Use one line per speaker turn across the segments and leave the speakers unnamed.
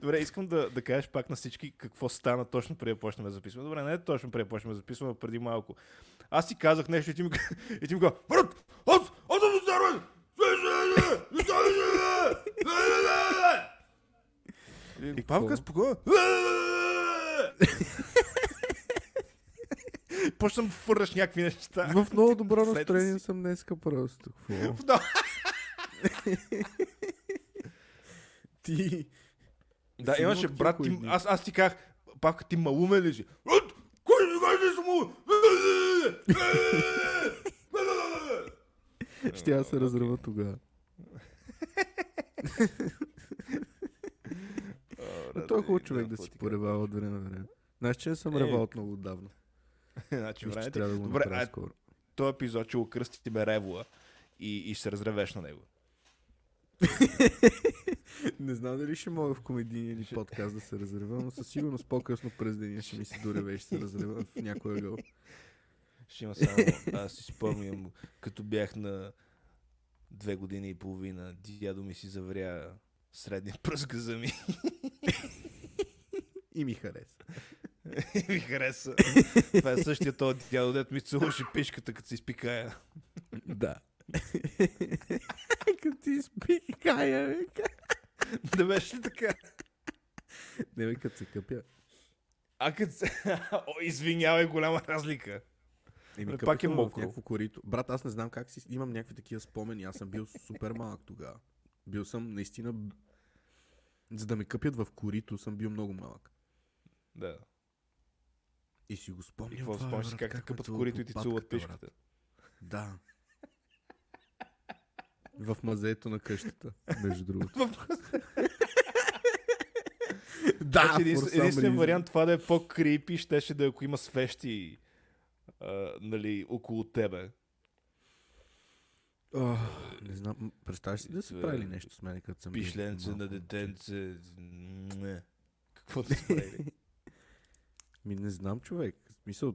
Добре, искам да, да кажеш пак на всички какво стана точно преди да почнем да записваме. Добре, не е точно преди да почнем да записваме, а преди малко. Аз ти казах нещо и ти ми, и ти ми каза, брат, аз, аз съм здравен!
И
Е, Павка,
какво?
спокойно. Почвам да фураш някакви неща.
В много добро
След-
настроение съм днеска просто. Какво?
Да.
Ти.
Да,
Си
имаше
имал
брат,
такива
ти,
дни.
аз, аз ти казах, папка ти малуме ли си? От, Кой ще каже, че съм лумен?
Ще я се разрева тогава. Но той е хубав човек да си поревава от време на време. Знаеш, че не съм
Е,
ревал от много отдавна.
Значи,
Мисля, че
времето.
трябва да го
Добре,
направя
а
скоро.
този епизод ще окръсти тебе ревла и, и ще се разревеш на него.
Не знам дали ще мога в комедийния или подкаст да се разрева, но със сигурност по-късно през деня ще ми се дореве и ще се разрева в някой ъгъл.
Ще има само, аз си спомням, като бях на две години и половина, дядо ми си завря средния пръст газа ми
И ми хареса.
и ми хареса. Това е същия този дядо, дето ми целуваше пишката, като се изпикая.
Да. Като ти спи, кая, бе.
Да беше ли така?
Не, бе, като се къпя.
А като... се- О, извинявай, голяма разлика.
Еми,
Бе,
къпя
пак е
съм в
мокро.
Някакво корито. Брат, аз не знам как си. Имам някакви такива спомени. Аз съм бил супер малък тогава. Бил съм наистина. б- За да ме къпят в корито, съм бил много малък.
Да.
И си го
И
спомням.
какво
това, е,
спомняш
брат,
как те
ме
къпат в
целува
корито и ти
по
целуват
патката, брат.
пишката?
Да. В мазето на къщата, между другото. да,
Значи един,
for some
единствен
reason.
вариант това да е по-крипи, щеше да е ако има свещи а, нали, около тебе.
Ох, не знам, м, представяш си да са
Е,
правили нещо с мен, като съм бил
Пишленце
малко
на
момче.
детенце. Не. Какво да прави?
Ми не знам, човек. В смисъл,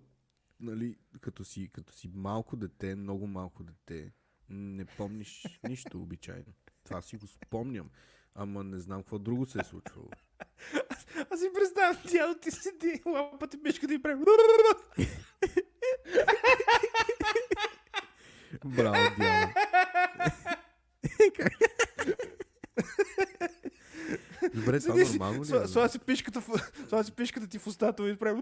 нали, като си, като си малко дете, много малко дете, не помниш нищо обичайно. Това си го спомням. Ама не знам какво друго се е случвало.
Аз си представям, дядо ти седи, лапа ти беше да и
Е,
прави.
Браво, Диана. Добре, това
Седи си,
нормално ли
сла-
е? бе?
Слага си пишката, в- слага си пишката ти в устата и прави.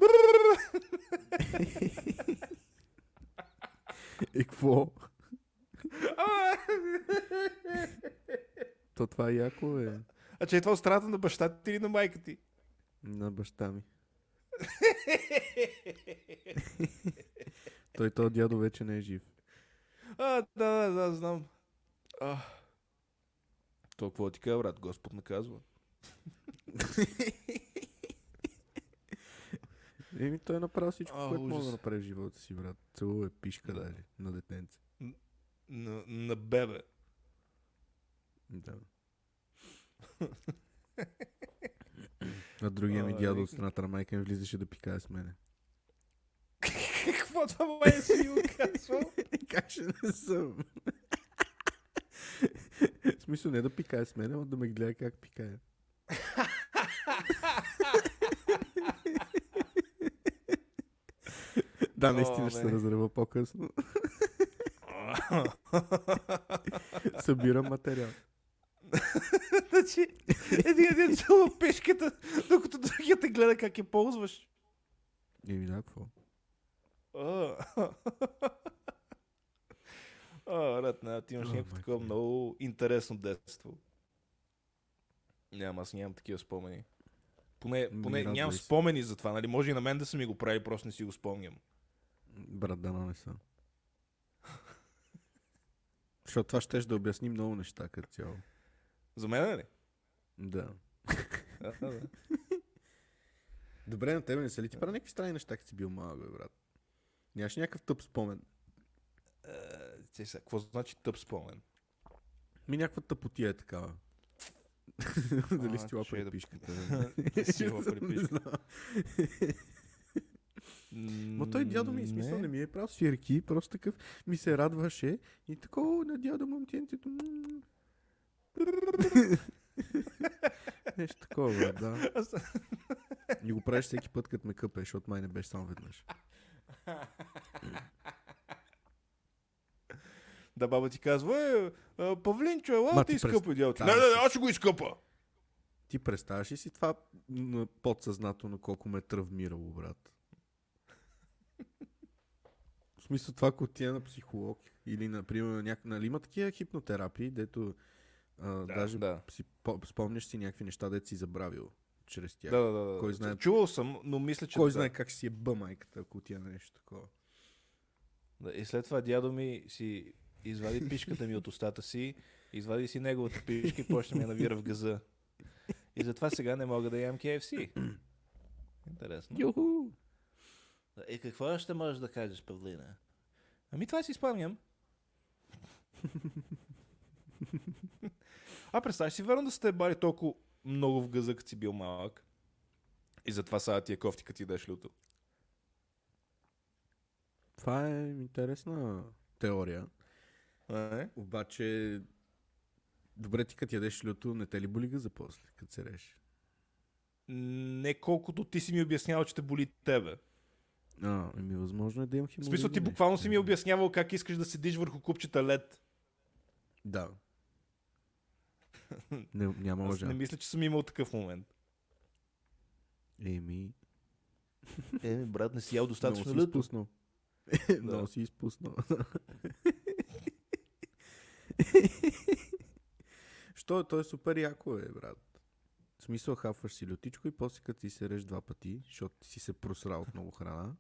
И какво? То това е яко е
А че е това от страната на баща ти или на майка ти?
на баща ми. Той този дядо вече не е жив.
А, да, да, да, знам. А. Толкова ти кажа, брат, Господ наказва.
Еми, той е направил всичко,
А,
което може
ужас.
да направи в живота си, брат. Целува е пишка,
Да.
даже, на детенце.
На, на бебе.
Да. А другия ми
А,
дядо
еми-
от страната на майка ми влизаше да пикае с мене.
Какво това май си го казвал?
Как ще Е, не съм? В смисъл не да пикае с мен, а да ме гледа как пикае. да, наистина
О,
ще се
бе.
разрева по-късно. Събирам материал.
значи, един един целува пешката, докато другия те гледа как я ползваш.
Еми, да, какво?
А. А, ред, не, ти имаш
О,
някакво
майко
такова
ми.
много интересно детство. Нямам, аз нямам такива спомени. Поне,
Ми,
поне
радвай
нямам
се.
спомени за това, нали? Може и на мен да са ми го правили, просто не си го спомням.
Брат, дано не съм. Защото това ще да обясни много неща като цяло.
За мен ли?
Да.
А, да.
Добре, на тебе не са ли ти правя някакви странни неща, като си бил малък, бе, брат? Нямаш някакъв тъп спомен.
Е, ти сега, Какво значи тъп спомен?
Ми някаква тъпотия е такава. Дали
А,
си ти лапа
ще да-
пишката?
Да си лапа ли пишката?
Ма той е дядо ми, в смисъл, не ми е правил свирки, просто такъв ми се радваше и такова на дядо момченцето. м. Нещо такова, брат, да.
Аз-
И го правиш всеки път, като ме къпеш, защото май не беше само веднъж.
Да, баба ти казва, е, а, Павлинчо, ела
Ма
ти
ти през-
изкъпа дядо ти.
Да.
Не, не, не, аз ще го изкъпа.
Ти представяш ли си това м, подсъзнателно колко ме е травмирало, брат? В смисъл това, ако отида на психолог или, например, на няк... нали има такива хипнотерапии, дето а, да, даже да.
да.
Си, по- спомняш си някакви неща, дето си забравил чрез тях.
Да, да, да, да.
Кой знае-
Чувал съм, но мисля, че...
Кой
да.
знае как ще си е бъ майката, ако отида на нещо такова.
Да, и след това дядо ми си извади пишката ми от устата си, извади си неговата пишка и почна ми я навира в газа. И затова сега не мога да ям KFC. Интересно.
Юху!
Да, И какво ще можеш да кажеш, Павлина? Ами това си спомням. а представяш си, верно да сте бали толкова много в газа, като си бил малък. И затова сега ти е кофти, като ти дадеш люто.
Това е интересна теория.
А, е?
Обаче, добре ти като ядеш люто, не те ли боли за после, като се реш?
Не колкото ти си ми обяснявал, че те боли тебе.
А, еми, възможно е да имам
В
хеморидни.
смисъл ти буквално си ми е обяснявал как искаш да седиш върху купчета лед.
Да. Не, няма
Аз не
лъжа.
мисля, че съм имал такъв момент.
Еми,
Е, брат, не си ял
много си изпуснал. Много си изпуснал. Що е? Той е супер яко, е, брат. В смисъл, хапваш си лютичко и после като ти се реж два пъти, защото ти си се просрал от много храна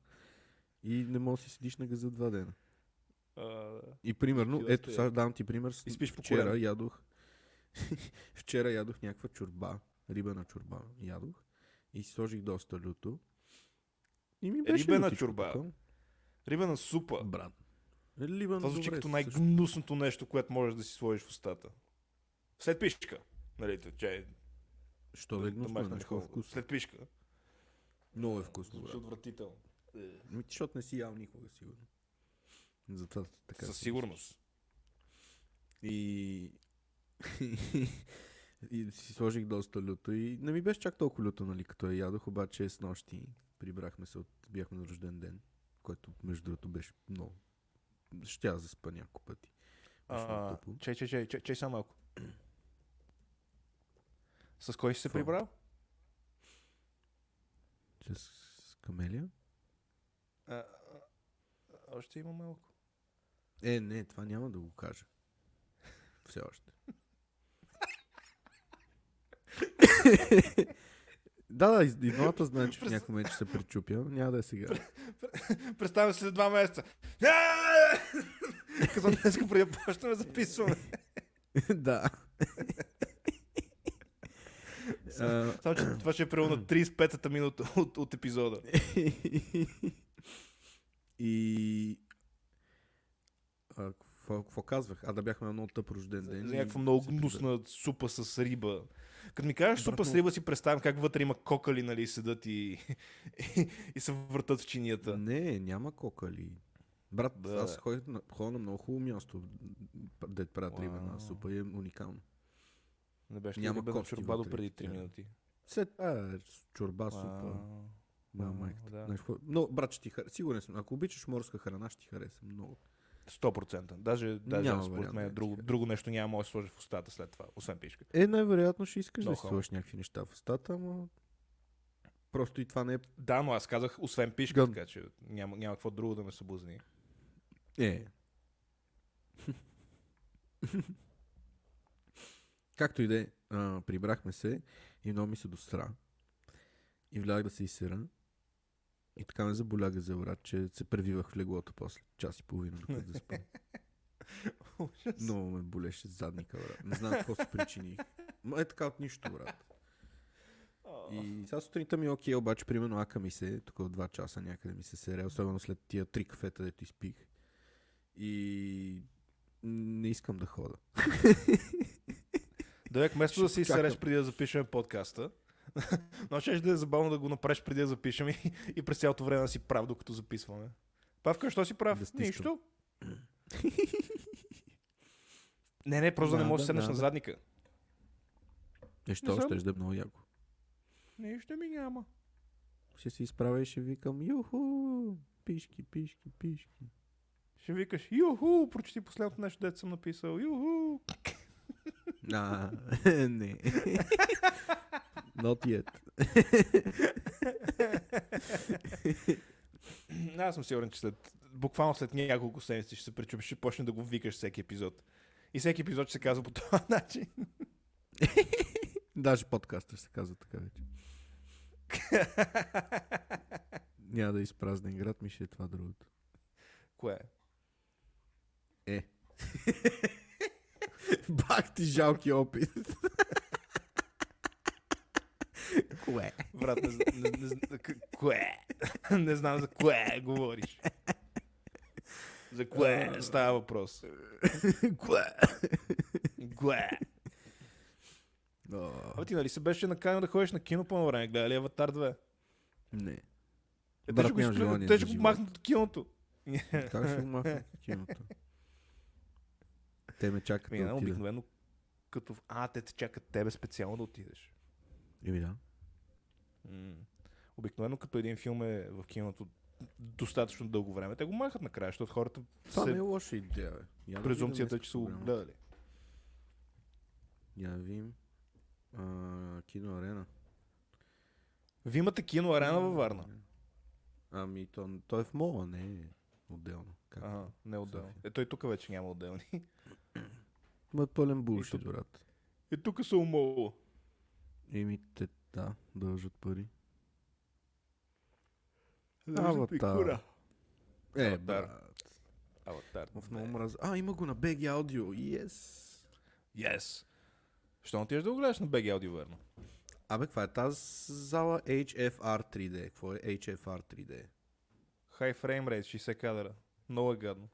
и не можеш да си седиш на газа два дена. И примерно,
Отива
ето
стоя.
сега давам ти пример. С...
И спиш по
вчера
колена.
ядох. вчера ядох някаква чорба, рибена чорба ядох и си сложих доста люто. И ми беше
Рибена
лютичко
чорба.
тука.
Рибена супа.
Брат. Рибена
Това звучи
Е, добре,
като
също.
най-гнусното нещо, което можеш да си сложиш в устата. След пишка. Нали, то, че е
Що да е гнусно,
махнеш
е много
хубаво.
вкусно.
След пишка.
Много е вкусно, брат.
Звучи отвратително.
Ми, защото не си ял никога, сигурно. Затова така.
Със
си
сигурност.
И... и си сложих доста люто и не ми беше чак толкова люто, нали, като я ядох, обаче с нощи прибрахме се от... бяхме на рожден ден, който между другото беше много... Щях да спа няколко пъти. Беше много
А,
тъпо.
Чай, чай, чай, чай, чай само малко. С кой си се
Какво?
прибрал?
С, с камелия?
А, а, Още има малко.
Е, не, това няма да го кажа. Все още. да, да, и и двамата знаем, че в някакъв момент ще се причупя. Няма да е сега.
Представям се след два месеца. Като днес преди да почнем да записваме.
да. А,
Само, че това ще е примерно на 35-та минута от, от епизода.
и... А, какво, какво казвах? А, да бяхме на много тъп рожден
За
ден. и
някаква много
се прибра-
гнусна супа с риба. Като ми кажеш супа с
Брат,
риба, си представям как вътре има кокали, нали, седат и, и, и се въртат в чинията.
Не, няма кокали. Брат,
Да,
да.
бе.
аз ходих на, ходя на много хубаво място, дед правят рибена
Уау.
супа и е уникално.
Не беше
Няма
Няма бе
кофти
чорба до
вътре,
преди 3
да.
минути.
След това е с чорба, супа,
Вау.
моя
Вау,
майката.
да.
Знаеш какво? Но, брат, ще ти хар... сигурен съм, ако обичаш морска храна, ще ти хареса много.
100%. Даже, даже
Няма
аз, според
вариант,
мен
не ти
друго,
харесва.
друго нещо няма може да сложа в устата след това, освен пишка.
Е, най-вероятно ще искаш
Много
да си
хубаво.
сложиш някакви неща в устата, ама просто и това не е...
Да, но аз казах, освен пишка,
Гъм.
така че няма, няма какво друго да ме събузни.
Е. Както и да е, а, прибрахме се и много ми се достра. И влязах да се изсера. И така ме заболя газелрат, че се превивах в леглото после час и половина, докато да спам. Много ме болеше задника, брат. Не знам какво се причини. Ма е така от нищо, брат. И сега сутринта ми е окей, обаче, примерно, ака ми се, тук от 2 часа някъде ми се сере, особено след тия три кафета, дето изпих. И не искам да хода.
Довек, вместо
Ще
да си
почакам.
изсереш преди да запишем подкаста, но ще да е забавно да го направиш преди да запишем и, и през цялото време да си прав, докато записваме. Павка, що си прав?
Да стискам.
Нищо. Не, не, просто да не
Да,
можеш да
да,
седнеш
да,
на
да.
задника.
Нещо
Не
още
знам.
ще да е много яко.
Нищо ми няма.
Ще се изправя и ще викам юху, пишки, пишки, пишки.
Ще викаш, юху, прочети последното нещо, дето съм написал, юху.
А, не. Not yet.
Аз съм сигурен, че след, буквално след няколко седмици ще се причупиш, ще почне да го викаш всеки епизод. И всеки епизод ще се казва по този начин.
Даже подкаста се казва така вече. Няма да е изпразнен град, ми ще е това другото.
Кое е?
Е. Бах ти жалки опит. Кое?
Брат, не, зн- не, не, зн- к- кое? не знам за кое говориш. За кое става въпрос?
Кое?
Кое? А ти нали се беше наканил да ходиш на кино по едно време? Гледа ли Аватар 2?
Не.
Е, те
Брат,
ще го,
нямам
изклю...
желание
те
за
ще го
живот.
махнат от киното.
Как ще го махна киното? Те ме чакат
Ми,
да
да Ами,
отида.
нали, обикновено като... в- А, те те чакат тебе специално да отидеш.
Еми да.
М. Обикновено като един филм е в киното достатъчно дълго време, те го махат накрая, защото хората
Това не е
се
лоша идея, бе. Я да
презумцията, е,
видим
че са го
програмата.
гледали.
Я да видим. А, кино арена.
Вие имате кино арена във Варна.
Е, Ами, то, то е в мола, не е отделно. Как?
Ага, не отделно.
София.
Е, той тук вече няма отделни.
Ма е пълен булшит,
тук.
брат.
И Е, тук са умоло.
Еми, те, да, дължат пари. Аватар.
Аватар.
Е,
Аватар.
брат.
Аватар.
В много мраз... А, има го на BG Audio. Yes.
Yes. Що не отидеш да го гледаш на BG Audio Варна?
Абе, каква е тази зала HFR 3D? Какво е HFR 3D?
High frame rate, 60 кадра. Много е гадно.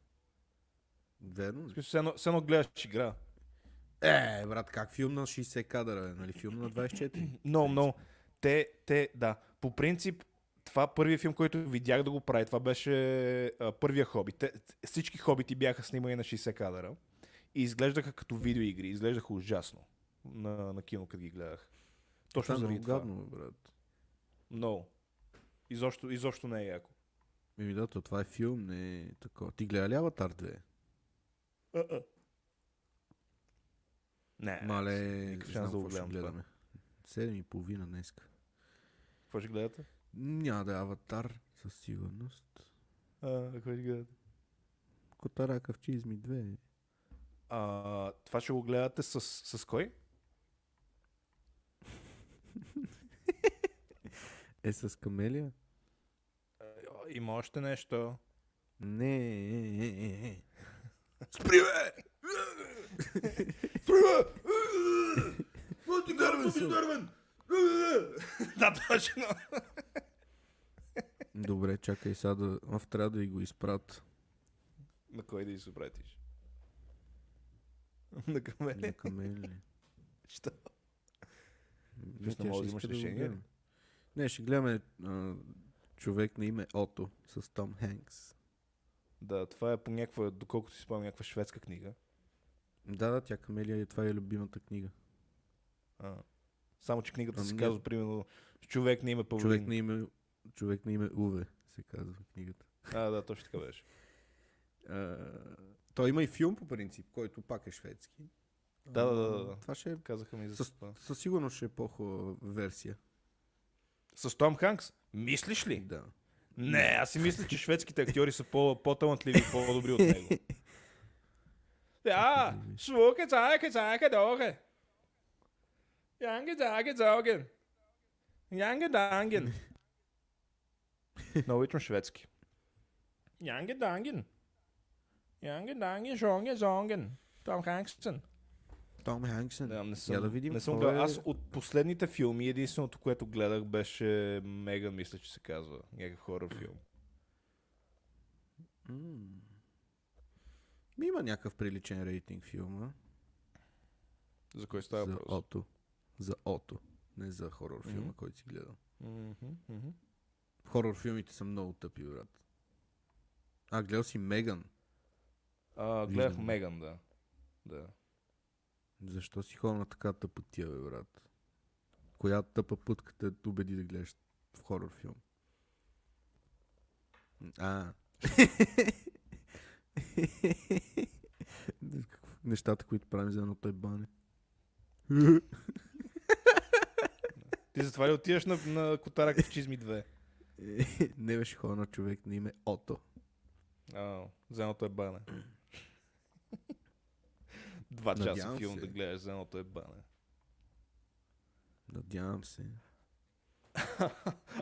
Верно
В
ли?
смисъл, все едно- все едно гледаш игра.
Е, брат, как филм на 60 кадра е? Нали филм на 24?
Много, много. Те, те, да. По принцип, това първият филм, който видях да го прави, това беше а, първия хобит. Те, всички хобити бяха снимани на 60 кадра и изглеждаха като видеоигри. Изглеждаха ужасно на, на кино, като ги гледах. Точно
Това е
заради
много
това.
гадно, бе, брат.
Много. Изобщо, изобщо не е яко.
Еми да, то това е филм, не е такова. Ти гледа ли Аватар 2?
Не.
Мале,
никакъв
знам
шанс да го
какво ще
гледам това.
гледаме. Седем и половина днеска.
Какво ще гледате?
Няма да е Аватар, със сигурност.
А, какво ще гледате?
Котара Кавчизми 2.
А, това ще го гледате с, с кой?
Е с Камелия?
А, Има още нещо.
Не, е, е, е, е.
Спри, бе! Спри, бе! Моето
Издървен съм.
издървен! Да, точно.
Добре, чакай сега да... Аф, трябва да и го изпрат
На кой да изобратиш? На камеле?
на Камелия.
Що?
Не,
Всъщност,
тя
може да
ще иска
имаш
да го
решение
гледам.
ли?
Не, ще гледаме а, човек на име Ото с Том Хенкс.
Да, това е по някаква, доколкото си спомням, някаква шведска книга.
Да, да, тя Камелия е, това е любимата книга.
А. Само, че книгата
Ами
се
не.
казва, примерно, човек на име Павлин.
Човек на име, човек на име Уве, се казва книгата.
А, да, точно така беше.
А, той има и филм по принцип, който пак е шведски.
Да, да,
А,
да, да.
Това ще е,
Казаха ми за
С-
това.
със сигурност ще е по-хубава версия.
С Том Ханкс? Мислиш ли?
Да.
Не, аз си мисля, че шведските актьори са по- по-талантливи и по-добри от него. Ja, smukke takke, takke, dokke. Janke, takke, dokken. Janke, danken. Много обичам шведски. Janke, danken. Janke, danken, сонген, сонген. Том Ханксен.
Том Ханксън.
Да, не
Я
съм,
да видим
не съм
какво
гледал.
е.
Аз от последните филми единственото, което гледах беше Меган, мисля, че се казва. Някакъв хорър филм.
М. Ми има някакъв приличен рейтинг филма.
За кой става
за
въпрос?
Ото. За Ото. Не за хорор филма,
Мгм.
който си гледал.
Мгм, мгм.
Хорор филмите са много тъпи, брат. А, гледал си Меган.
А, гледах
Виждам.
Меган, да. Да.
Защо си хора на така тъпотия, бе, брат? коя тъпа пътката те убеди да гледаш в хорор филм? А. Какво- Нещата, които правим за едно той бане.
Ти затова ли отиваш на, на Котарак в Чизми 2?
Не беше хора на човек на име Ото.
А, за едното е бане. Два часа
Надявам
филм
се.
да гледаш, за едното е бане.
Надявам се.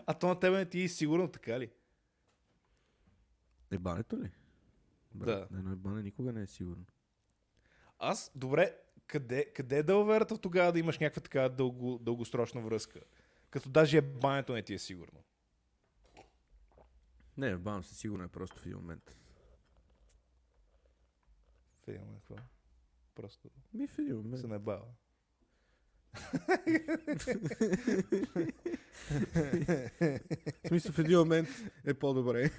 А то на тебе не ти е сигурно така ли?
Е бането ли?
Да.
На едно бане никога не е сигурно.
Аз, добре, къде, къде е да уверата в тогава да имаш някаква така дълго, дългосрочна връзка? Като даже е бането не ти е сигурно.
Не, бавам се, сигурно е просто в един момент.
В един момент, какво? Просто
Ми в един момент.
се набава.
В смисъл, в един момент е по-добре.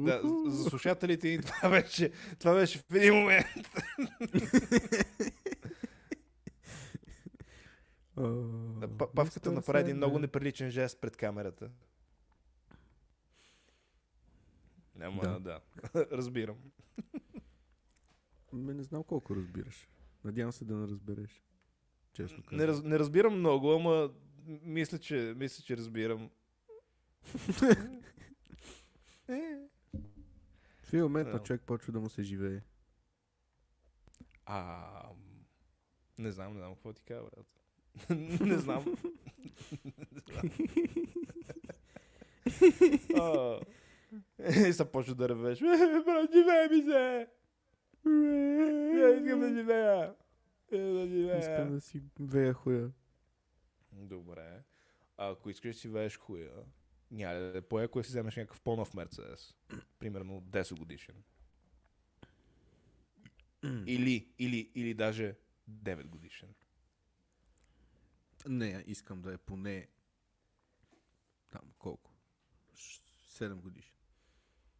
Да, за- за слушателите ни това беше, това беше в един момент. Да, е, Па- Павката направи един много неприличен жест пред камерата. Няма, да.
Да.
да. Разбирам.
Ме не знам колко разбираш. Надявам се да не разбереш. Честно
Не,
казвам.
раз, не разбирам много, ама м- мисля, че, мисля, че разбирам.
В един момент
Да.
на човек почва да му се живее.
А, не знам, не знам какво ти кажа, брат. не знам. Не знам. А, И се почва да ревеш. Брат, живее ми се! Не искам да живея! Искам да
Искам
живея!
да си вея хуя.
Добре. А ако искаш да си вееш хуя, няма ли да е по ако си вземеш някакъв по-нов Мерцедес. Примерно 10 годишен. Или, или, или даже 9 годишен.
Не, искам да е поне там колко? 7 годишен.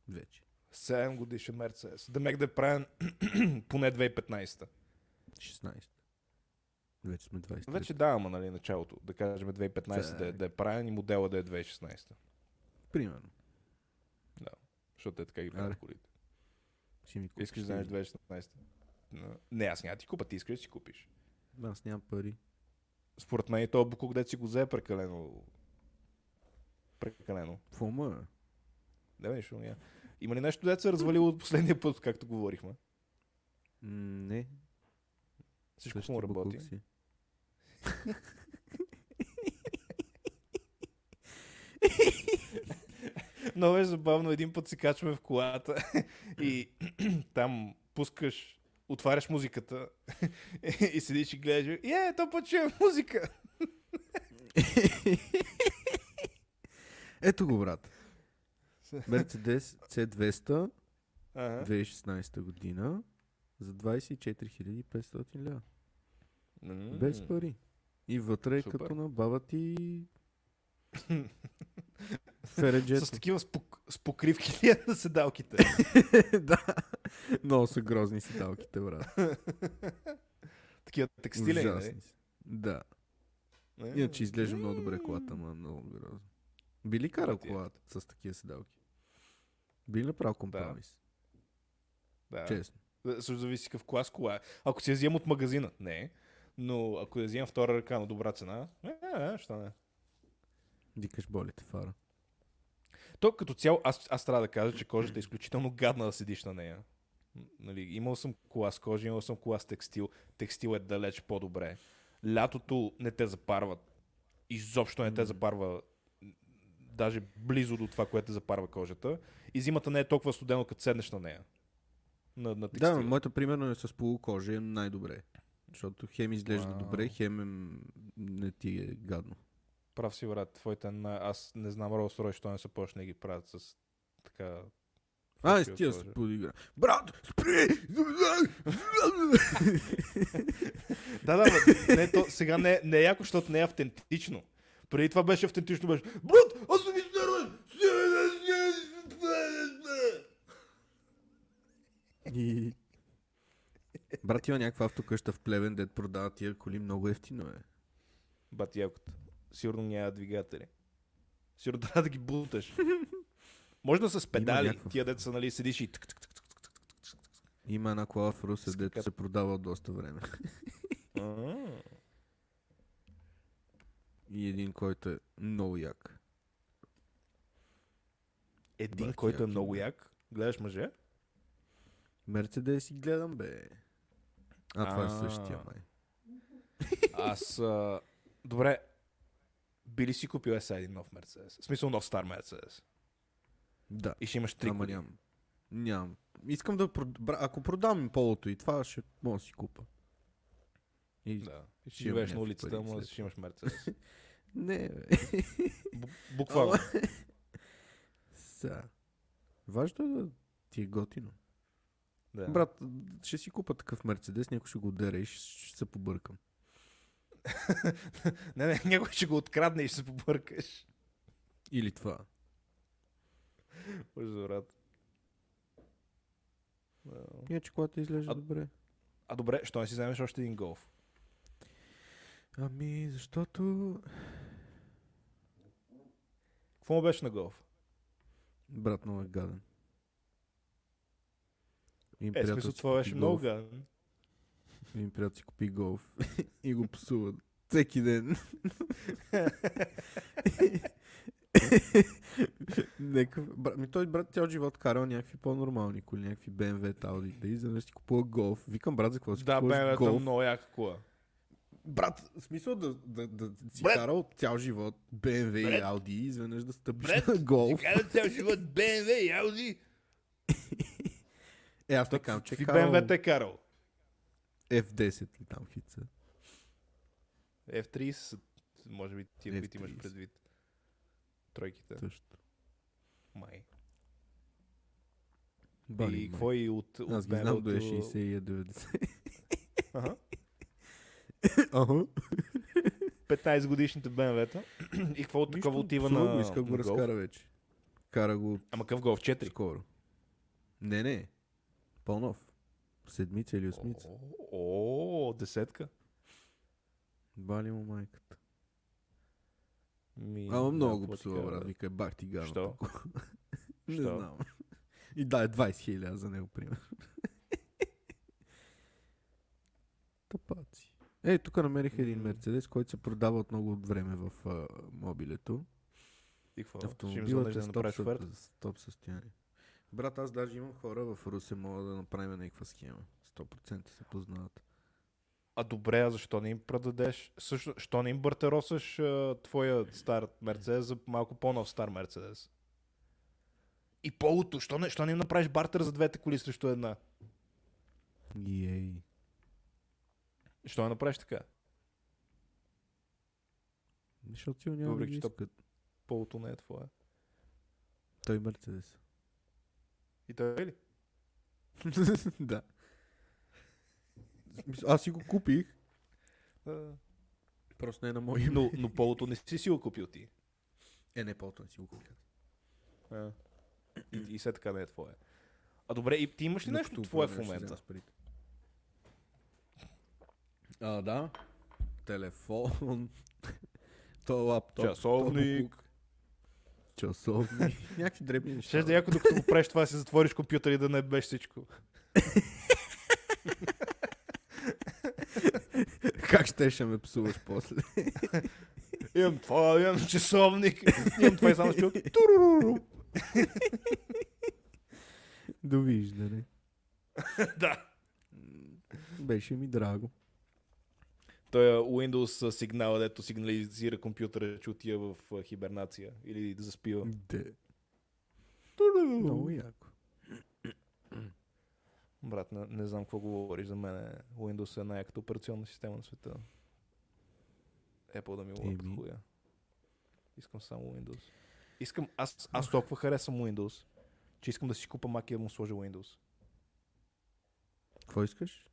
Вече.
7 годишен Мерцедес. Демек да е правен поне 2015-та.
16. Вече сме 20.
Вече да, ама нали, началото. Да кажем 2015 да, е-
Так.
да е правен и модела да е 2016-та.
Примерно.
Защото те така ги правят
Аре.
колите.
Ще ми купиш
Искаш да е знаеш
един.
2016-та. Но- Не, аз няма да ти купа, ти искаш да си купиш.
Аз нямам пари.
Според мен и този Букук, дето си го взе е прекалено. Прекалено.
Какво му е?
Да, бе, нищо няма. Има ли нещо, дето се е развалило от последния път, както говорихме?
М, Не.
Всичко
същия
му
боклук
работи.
си.
Много е забавно. Един път се качваме в колата и там пускаш, отваряш музиката и седиш и гледаш. Е, то път ще е музика.
Ето го, брат. Мерцедес C200
Ага.
2016 година за 24 500 лева.
М.
Без пари. И вътре е
Супер.
като на баба ти...
С
Фереджето.
такива спок... с покривки ли е на седалките?
да. Много са грозни седалките, брат.
такива текстили. нали?
Ужасни са. Да. Иначе изглежда много добре колата, ма е много грозно. Би ли карал
Ти е.
колата с такива седалки? Би ли направил компромис?
Да.
Честно.
Да, също зависи какъв клас кола е. Ако си я взимам от магазина, не. Но ако я взимам втора ръка на добра цена, е, е, е, що не.
Дикаш болите фара.
То като цяло, аз, аз трябва да кажа, че кожата е изключително гадна да седиш на нея. М, Нали, имал съм кола с кожа, имал съм кола с текстил. Текстил е далеч по-добре. Лятото не те запарва. Изобщо не те запарва м, даже близо до това, което те запарва кожата. И зимата не е толкова студено, като седнеш на нея. На, на
Да,
текстила.
но моята примерно е с полукожа и е най-добре. Защото хем изглежда
Вау.
добре, хем е... м, не ти е гадно.
Прав си, брат. Твоите на... Аз не знам Rolls Royce, що не са почне да ги правят с така...
А,
Фак
е,
ю,
с тия
кожа.
се подигра. Брат, спри!
Да, да, бе, не, то, сега не, не е яко, защото не е автентично. Преди това беше автентично, беше Брат, аз съм изнервен!
И... Брат, има някаква автокъща в Плевен, дед продава тия коли много ефтино е.
Бат якото. Сигурно няма двигатели. Сигурно трябва да ги буташ. Може да са с педали,
някакъв-
тия деца, нали, седиш и тък, тък, тък, тък, тък, тък, тък, тък.
Има една кола в Русе, дето
Скакат.
се продава от доста време.
М.
И един, който е много як.
Един,
Бат,
който е
яки,
много
бе.
як. Гледаш мъже?
Мерцедес си гледам, бе. А, това е същия,
А.
май.
Аз... А... Добре. Би ли си купил е сега един нов Мерцедес? В смисъл нов стар Мерцедес.
Да.
И ще имаш три
Ама
коли.
нямам. Нямам. Искам да прод... Бра, ако продам полото и това, ще мога да си купа. И...
Да. Ще
Ще имам
живееш на
някакви
улицата,
пари
ама
след
ще имаш Мерцедес.
Не, бе.
Бу- Буквално.
Са. Важно е да ти е готино.
Да.
Да. Брат, ще си купа такъв Мерцедес, някой ще го ударе и ще, ще се побъркам.
Не, не, някой ще го открадне и ще се побъркаш.
Или това.
Боже, брат. Да.
Иначе колата изглежда
А-
добре.
А добре, що не си вземеш още един голф?
Ами, защото...
Какво му беше на голф?
Брат, много е гаден. Им
Е, в
приятел
смисъл,
си
това
купи
беше
голф.
много гадно.
Един приятел си купи голф и го псува всеки ден. Некъв... Брат, ми той брат цял живот карал някакви по-нормални коли, някакви BMW, Audi, и изведнъж си купува голф. Викам брат, за какво си
Да,
купуваш
бе,
голф?
е много яка кола.
Брат, в смисъл да, да, да си
Брат!
карал цял живот BMW и
Брат!
Audi и изведнъж да стъпиш
Брат!
на голф.
Кара цял живот BMW и Audi.
Е, аз не казвам, че е
Какви
карал
BMW е карал?
F10 ли там хица.
F30, може би ти, които имаш
F30.
предвид. Тройките.
Също.
Май.
Бали,
и
май.
какво и от, от
Аз ги
BMW
знам до
до-
е 60 и е 90.
Аха.
Ага.
15 годишните BMW-та. и какво от такова отива
псува
на,
го, иска да
на
го
Golf?
разкара вече. Кара го
Ама къв голф? 4?
скоро. Не, не. Пълнов. Седмица или осмица.
О, о, десетка.
Бали му майката.
Ми,
Ама
да,
много го
какво ти
псува,
кажа,
брат.
бе.
Вика, е бах ти гадно.
Що?
такова. не
Що?
знам. И да, е 20 хиляди за него, пример. Тапаци. Е, тук намерих един
М.
Мерцедес, който се продава от много време в а, мобилето.
И какво? Ще им
Автомобилът
звънеш
е
да
стоп,
направиш оферта?
съ- стоп състояние. Брат, аз даже имам хора в Русе, мога да направим някаква схема. 100% се познават.
А добре, а защо не им продадеш? Също, що не им бартеросаш а, твоя стар Мерцедес за малко по-нов стар Мерцедес? И полото, що не, що не им направиш бартер за двете коли срещу една?
Ей.
Що не направиш така?
Защото си няма да
Въпреки
ги
че то-
искат.
Полото не е твое.
Той Мерцедес.
И той е ли?
да. В смисъл, Аз си го купих.
Да.
Просто не е на мой име.
Но, но полото не си си го купил ти.
Е, не, по-то не си го купих.
А. И, и все така не е твое. А добре, и ти имаш ли нещо
Докато
твое в
управляваш, ще
момента?
взема с парите. А, да. Телефон. То лаптоп. то
Часовник.
буклук. Часовник. Някакви дребни неща.
Ще да
бе.
яко, докато го правиш това, си затвориш компютър и да не беше всичко.
Как ще ще ме псуваш после?
Имам това, имам часовник, имам това и само ще чуя туруруру.
Довиждане.
Да.
Беше ми драго.
Той е Windows сигнала, дето сигнализира компютъра, че отива в а, хибернация или да заспива.
Де. Много
Туруруру.
яко.
Брат, не, не знам какво говориш за мен. Windows е най-яката операционна система на света. Apple да ми лапа
Еми.
хуя. Искам само Windows. Искам, аз, аз толкова харесвам Windows, че искам да си купа Mac и да му сложа Windows.
Какво искаш?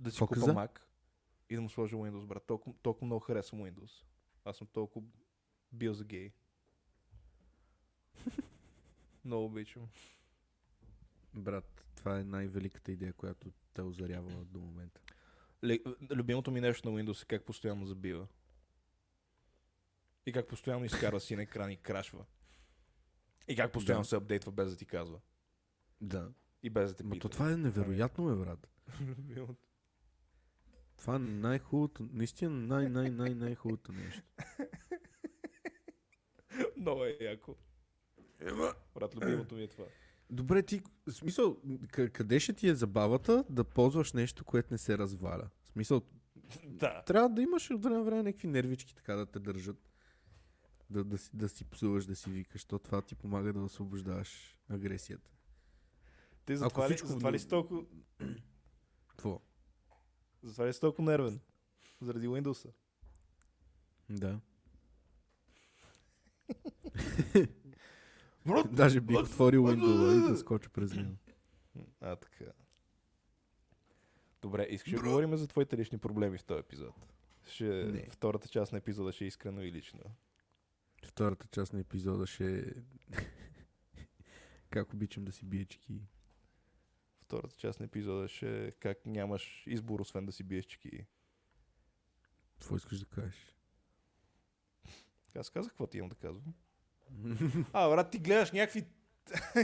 да си
Какво
купа
каза?
Mac и да му сложа Windows, брат. Толкова, толкова много харесвам Windows. Аз съм толкова бил за гей. Много обичам.
Брат, това е най-великата идея, която те озарява до момента.
Ле- Любимото ми нещо на Windows е как постоянно забива. И как постоянно изкарва син екран и крашва. И как постоянно
Да.
се апдейтва без да ти казва.
Да.
И без да те
Ма то
пита.
това е невероятно, бе, брат.
Любимото.
Това е най-хубавото, наистина най-най-най-най-хубавото нещо.
Много е яко.
Ема,
Брат, любимото ми е това.
Добре, ти, в смисъл, к- къде ще ти е забавата да ползваш нещо, което не се разваля? В смисъл,
да.
трябва да имаш от време на време някакви нервички така да те държат. Да, да, си, да си псуваш, да си викаш, то това ти помага да освобождаваш агресията.
Ти
Ако
затова ли,
всичко-
затова ли си толкова,
Какво?
затова ли си толкова нервен? Заради Windows-а.
Да.
Брат,
Даже бих отворил Windows и да скоча през него.
А, така. Добре, искаш да говорим за твоите лични проблеми в този епизод? Ще,
Не.
Втората част на епизода ще е искрено и лично.
Втората част на епизода ще е как обичам да си бия чеки.
Втората част на епизода ще е как нямаш избор, освен да си биеш чеки.
Какво искаш да кажеш?
Аз казах какво ти имам да казвам. А, брат, ти гледаш някакви...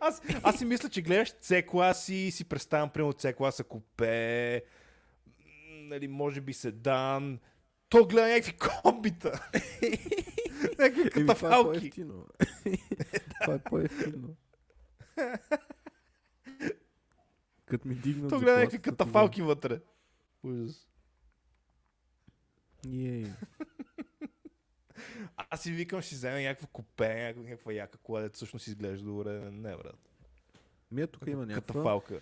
аз, аз си мисля, че гледаш C-клас и си представям, примерно, C-класа купе, м, нали, може би седан. То гледа някакви комбита. някакви
Еми, това е
катафалки.
по-ефтино. Това е по-ефтино. Кът ми дигнат
То гледа някакви
заплатата, тогава-
катафалки вътре. Ужас.
Ей,
А- Аз си викам, ще взема някакво купе, някаква, някаква яка кола, дето всъщност изглежда добре. Не, брат.
Ми е, тук има някаква
Катафалка.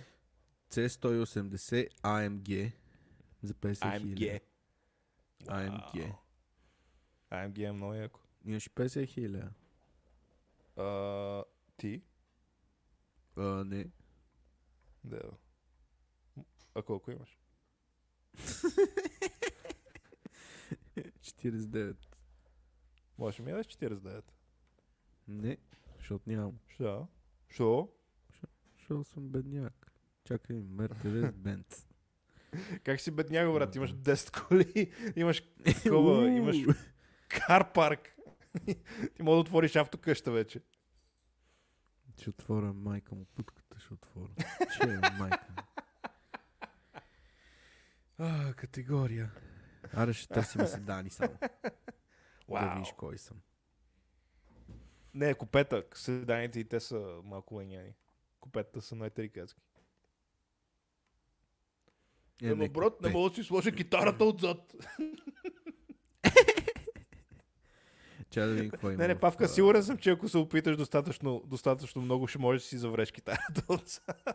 C180 AMG за 50 хиляди.
AMG.
AMG.
AMG е много яко.
Имаш 50 хиляди.
А, ти?
А, не.
Да. А колко имаш?
49.
Може ми да дадеш 49.
Не, защото нямам.
Що? Що?
Защото съм бедняк. Чакай, Мерцедес Бенц.
Как си бедняга, брат? Имаш 10 коли, имаш такова, е, имаш
Уу.
кар парк. Ти може да отвориш автокъща вече.
Ще отворя майка му, путката ще отворя. Че е майка му. А, категория. Аре ще търсим седани само. Да
Вау.
видиш кой съм.
Не, купета. Седаните и те са малко леняни. Купетата са най-тарикатски.
Е, не, купе.
мога да си сложа китарата отзад.
Чай да видим какво има.
Не, не,
в,
Павка,
а,
сигурен съм, че ако се опиташ достатъчно, достатъчно много, ще можеш да си завреш китарата отзад.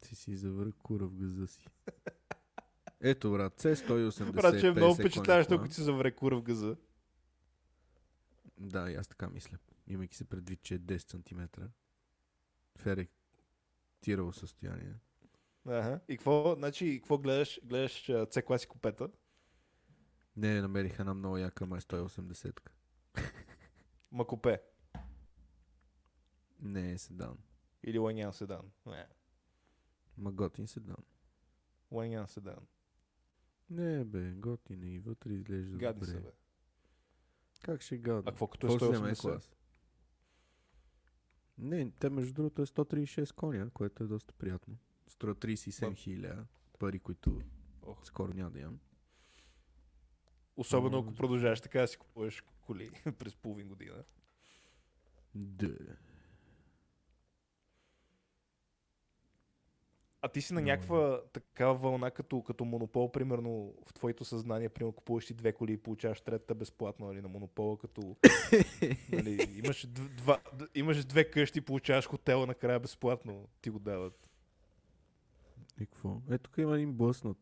Ти си завърх кура в газа си. Ето, брат, C180.
Брат, че е много
50 коня
впечатляващо,
кола.
ако ти се завре кура в газа.
Да, и аз така мисля. Имайки се предвид, че е 10 см. В еректирало е състояние.
Ага. И какво, значи, какво гледаш? Гледаш C класи купета?
Не, намерих една много яка, е май 180
Ма купе.
Не, е седан.
Или ланян седан. Не.
Ма готин седан.
Ланян седан.
Не, бе, готин е и вътре изглежда
Гадни
добре.
са, бе.
Как ще гадно?
А какво като е 180?
Не, те между другото е 136 коня, което е доста приятно. Струва 37
Ма-
хиляди пари, които
Ох.
скоро няма да имам.
Особено
Много
ако продължаваш така да си купуваш коли през половин година.
Да.
А ти си на
Много
някаква такава вълна като, като монопол, примерно в твоето съзнание, примерно купуваш ти две коли и получаваш третата безплатно, нали, на монопола, като нали, имаш, дв- два, д- имаш две къщи и получаваш хотела накрая безплатно, ти го дават.
И какво? Е, тук има един блъснат.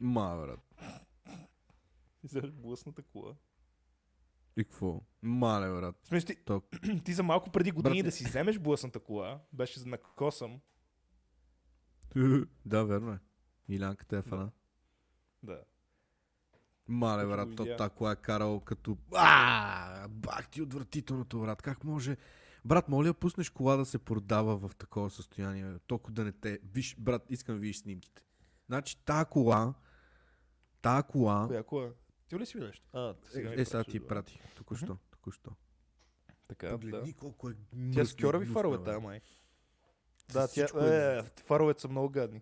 Ма, брат.
И вземаш блъсната кола.
И какво? Мале, брат.
В смисъл, ти,
То
ти за малко преди години
Брат,
да си вземеш блъсната кола, беше за накосъм.
да, верно е. Илянката е фана.
Да.
Мале,
Като
брат,
го
то
видя.
тако е карал като... А, бах ти отвратителното, брат. Как може... Брат, моля да пуснеш кола да се продава в такова състояние. бе? Толкова да не те... Виж, брат, искам да видиш снимките. Значи, та кола... Та кола...
Коя, коя? Ти ли си видиш? А, сега ми
Е, сега
пращаш,
ти
бе.
прати. Току-що, току-що.
Така, да.
Погледни колко е
Тя
мръсно
с кьорави
и гнусно,
фарове
бе.
тая май.
С
Да, тя,
всичко
е, фаровете са много гадни.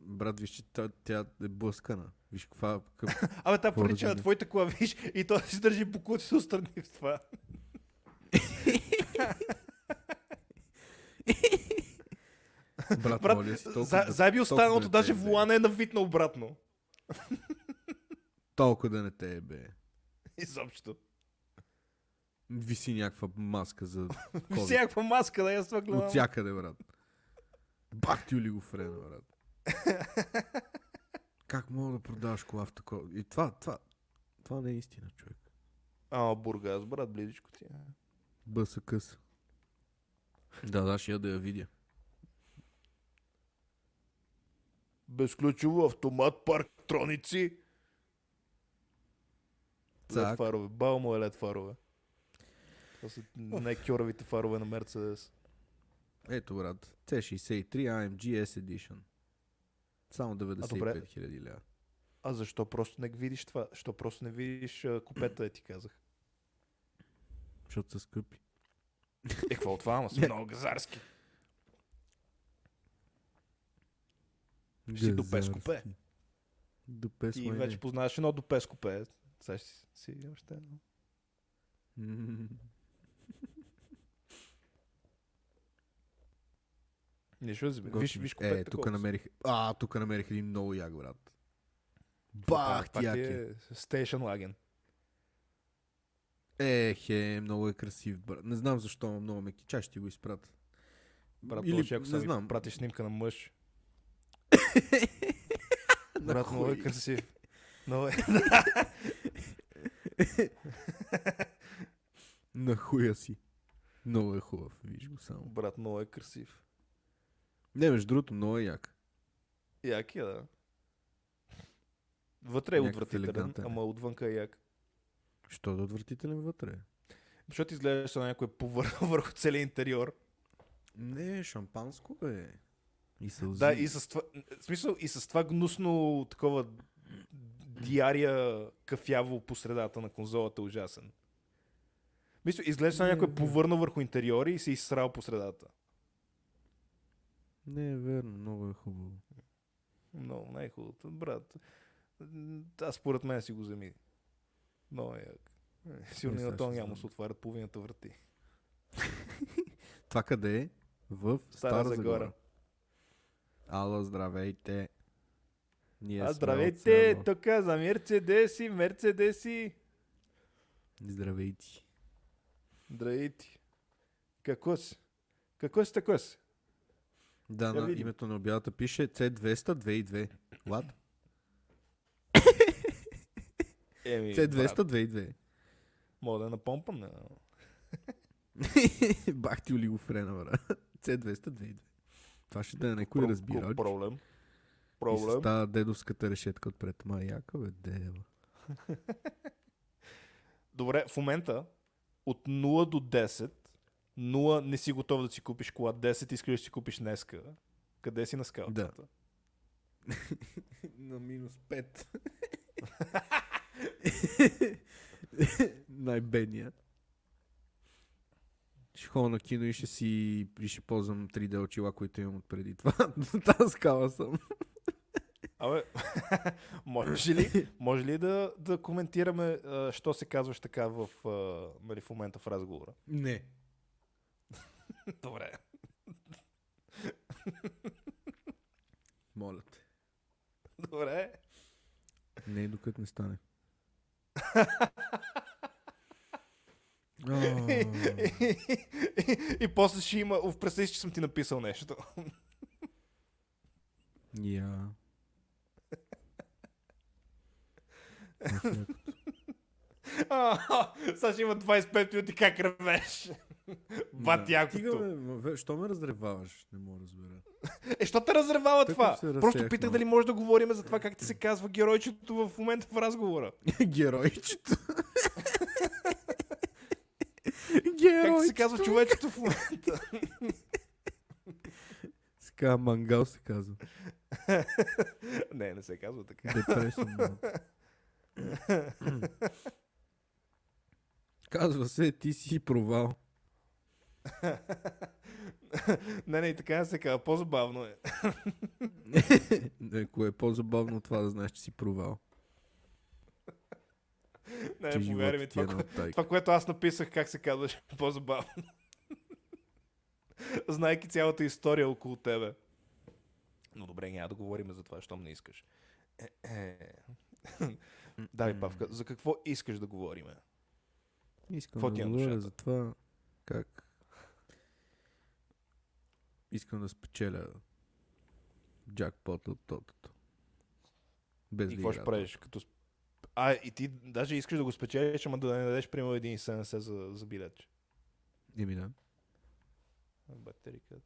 Брат, виж, че тя, тя е блъскана. Виж каква... какъв-
Абе, та
Какво
прилича на
разумно.
твоите кола, виж, и той си държи буклук и се отстрани в това.
Брат,
Брат,
моля си, толкова,
За,
да,
заеби останалото,
да те
даже
е, бе.
вулана е навитна обратно.
толкова да не те е, бе.
Изобщо.
Виси някаква маска за COVID.
Всякаква маска, да я това гледам.
От всякъде, брат. Бах ти олигофрена, брат. как мога да продаваш кола в такова? И това, това, това не е истина, човек.
А, Бургас, брат, близичко ти. е.
Бъса къс. Да, да, ще я да я видя.
Безключово автомат, парктроници. Лед
Цак.
фарове. Бал му е лед фарове. Това са най-кьоравите фарове на Мерцедес.
Ето, брат. е C63 AMG S Edition. Само 95 000 лева.
А защо просто не видиш това? Защо просто не видиш а, купета, е ти казах?
Защото са скъпи.
Е, какво от това, ама са много газарски. Ще си до пес купе.
Газарски. До пес
Ти
май
вече познаваш едно до пес купе. Сега ще си- си видим още едно.
не. М.
Не ще вземе. Виж,
Готино.
виж купе.
Е, тук намерих... А, тук намерих един много як, брат. Бах, ти як е.
Стейшн лаген.
Е, хе, много е красив, брат. Не знам защо, ама много ме кича, ще ти го изпратя.
Брат,
Или,
Или, ако
не
не
знам.
пратиш снимка на мъж.
На
брат, много е
хуй.
красив. Много е.
На хуя си. Много е хубав, виж го само.
брат, много е красив.
Не, между другото, много е як.
Як е, да. Вътре е
Някакъв
отвратителен,
елегантен е.
ама отвънка е як.
Що да е отвратителен вътре?
Защото изглеждаш на някой повърх върху целия интериор.
Не, шампанско е. И сълзи.
Да, и с това, в смисъл, и с това гнусно такова диария кафяво по средата на конзолата е ужасен. Мисля, изглежда на някой е повърнал върху интериори и се е изсрал по средата.
Не е верно, много е хубаво.
Много най-хубавото. Брат, м, аз според мен си го вземи. Но е... е, Сигурно и на
сега ще
този
знам.
няма се отварят половината врати.
Това къде е? В Стара,
Стара
Загора.
Загора.
Ала, здравейте. Ние сме
а,
от
здравейте,
село.
тук е за Мерцедеси, Мерцедеси.
Здравейте.
Здравейте. Какво си? Какво си тако си?
Да,
Я
на
видим.
името на обядата пише C200 202. What?
Еми,
C200
Е, брат,
202.
Мога да е напомпан. не?
Бах ти олигофрена, брат. C200 202. Това ще да е някой
Про-
разбира.
про-
очи.
Проблем.
И с
Проблем.
тази дедовската решетка отпред. Ма яка, бе, дева.
Добре, в момента от 0 до 10, 0 не си готов да си купиш кола, 10 искаш да си купиш днеска. Къде си на скалата?
На минус 5. Най-бедния. Ще ходя на кино и ще си и ще ползвам 3D очила, които имам от преди това. На тази скала съм.
Абе, може ли, може ли да, да коментираме, а, що се казваш така в, а, нали, в момента в разговора?
Не.
Добре.
Моля те.
Добре.
Не, докато не стане. А,
И, и, и после ще има... Уф, Представи си, че съм ти написал нещо.
Я. Ах, яко.
А, Сега ще има 25 минути как ревеш. Бат
Да.
якото.
Стига, бе, ма, ве, Що ме разреваваш? Не мога да разбера.
Е, що те разревава
Тъкмо
това?
се разсеях
Просто питах
малко.
дали може да говорим за това как ти се казва геройчето в момента в разговора.
Геройчето.
Как ти се
Геройчето.
казва човечето в момента?
Сега мангал се казва.
Не, не се казва така.
Депресия. малко. Казва се, ти си провал.
Не, не, и така не се казва. По-забавно е.
Не, Кое е по-забавно от това да знаеш, че си провал.
Не,
че
не повярвай ми,
животът ти
това,
е една
кое-
тайка.
това, което аз написах, как се казваш, е по-забавно. Знайки цялата история около тебе. Но добре, няма да говорим за това, щом не искаш. Е, е. Давай, Павка, за какво искаш да говорим?
Искам
Какво
да
ти е на
говоря
душата?
за това как искам да спечеля джакпот от тотото. Без
И
да
какво ще
играя
правиш? Като... сп- А, и ти даже искаш да го спечелиш, ама да не дадеш примерно 1,70 за, за билетче.
тото. Еми да.
Батерика.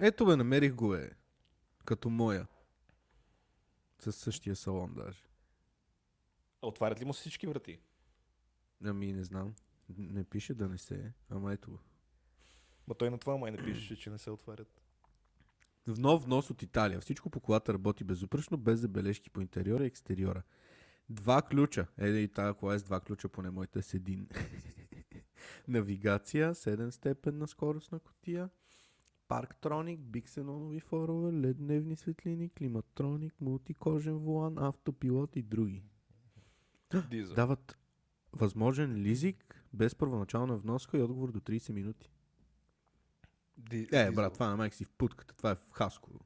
Ето бе, намерих го е. Като моя. Със същия салон даже.
А Отварят ли му се всички врати?
Ами не знам. Не пише да не се е. Ама ето го.
Ма той на това май не пише, че не се отварят.
Внов внос от Италия. Всичко по колата работи безупречно, без забележки по интериора и екстериора. Два ключа. Е, и тази кола е с два ключа, поне моята е с един. Навигация, 7 степенна скоростна котия, парктроник, биксенонови форове, ледневни светлини, климатроник, мултикожен волан, автопилот и други.
Дизел.
Дават възможен лизик без първоначална вноска и отговор до 30 минути.
Ди,
Е, брат, това на майка си в путката, това е в Хасково.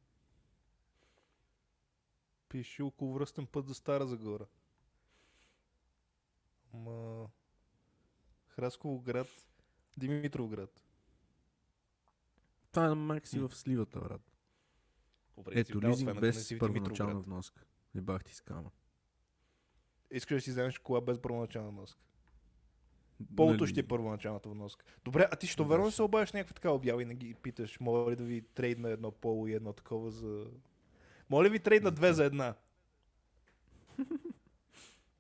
Пише около връстен път за Стара Загора. Ма... Храсково град, Димитров град.
Това е на майка си в сливата, брат. Ето, лизинг без първоначална вноска. Не бах ти скама.
Искаш да си вземеш кола без първоначална вноска. Полото
Нали.
ще е първоначалната вноска. Добре, а ти ще верно ли се обадиш на някаква така обява и не ги питаш, моля ли да ви трейдна едно поло и едно такова за... Моля ви трейдна две за една.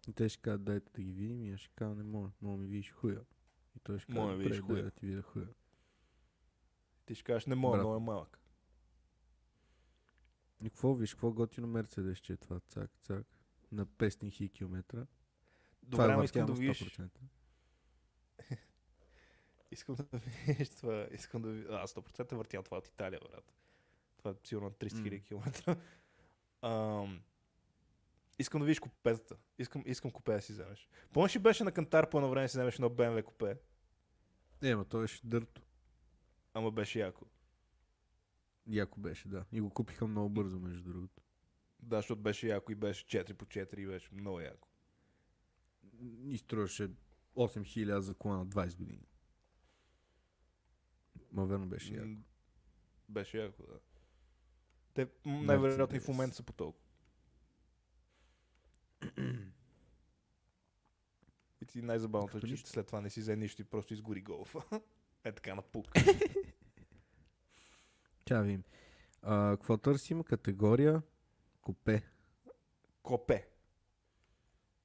И Те ще кажат, дайте да ги видим и аз ще кажа, не мога, мога ми видиш хуя. И той ще
Мога
каже,
ми видиш
добре, дай
хуя.
да ти видя хуя.
Ти ще кажеш, не мога,
Брат.
много е малък.
И какво виж, какво готино Мерцедес ще е това, цак, цак. На 500 хи километра. Това е
Добре, ама искам да
въртяно
видиш
100%.
Искам да видиш това. Искам да ви... А, 100% въртя това от Италия, брат. Това е сигурно на 300 000
М.
км. Ам... Искам да видиш купетата. Искам, искам купе да си вземеш. Помниш ли беше на Кантар по едно време си вземеш едно BMW купе?
Е, ма той беше дърто.
Ама беше яко.
Яко беше, да. И го купиха много бързо, между другото.
Да, защото беше яко и беше 4 по 4 и беше много яко.
И струваше 8000 за кола на 20 години. Ма верно беше яко.
М, Беше яко, да. Те м, най-вероятно и в
Mercedes.
момента са по толкова. И ти най-забавното е,
Като
че
нищо.
след това не си взе нищо и просто изгори голфа. е така на пук.
Тя видим. А, какво търсим? Категория купе.
Копе.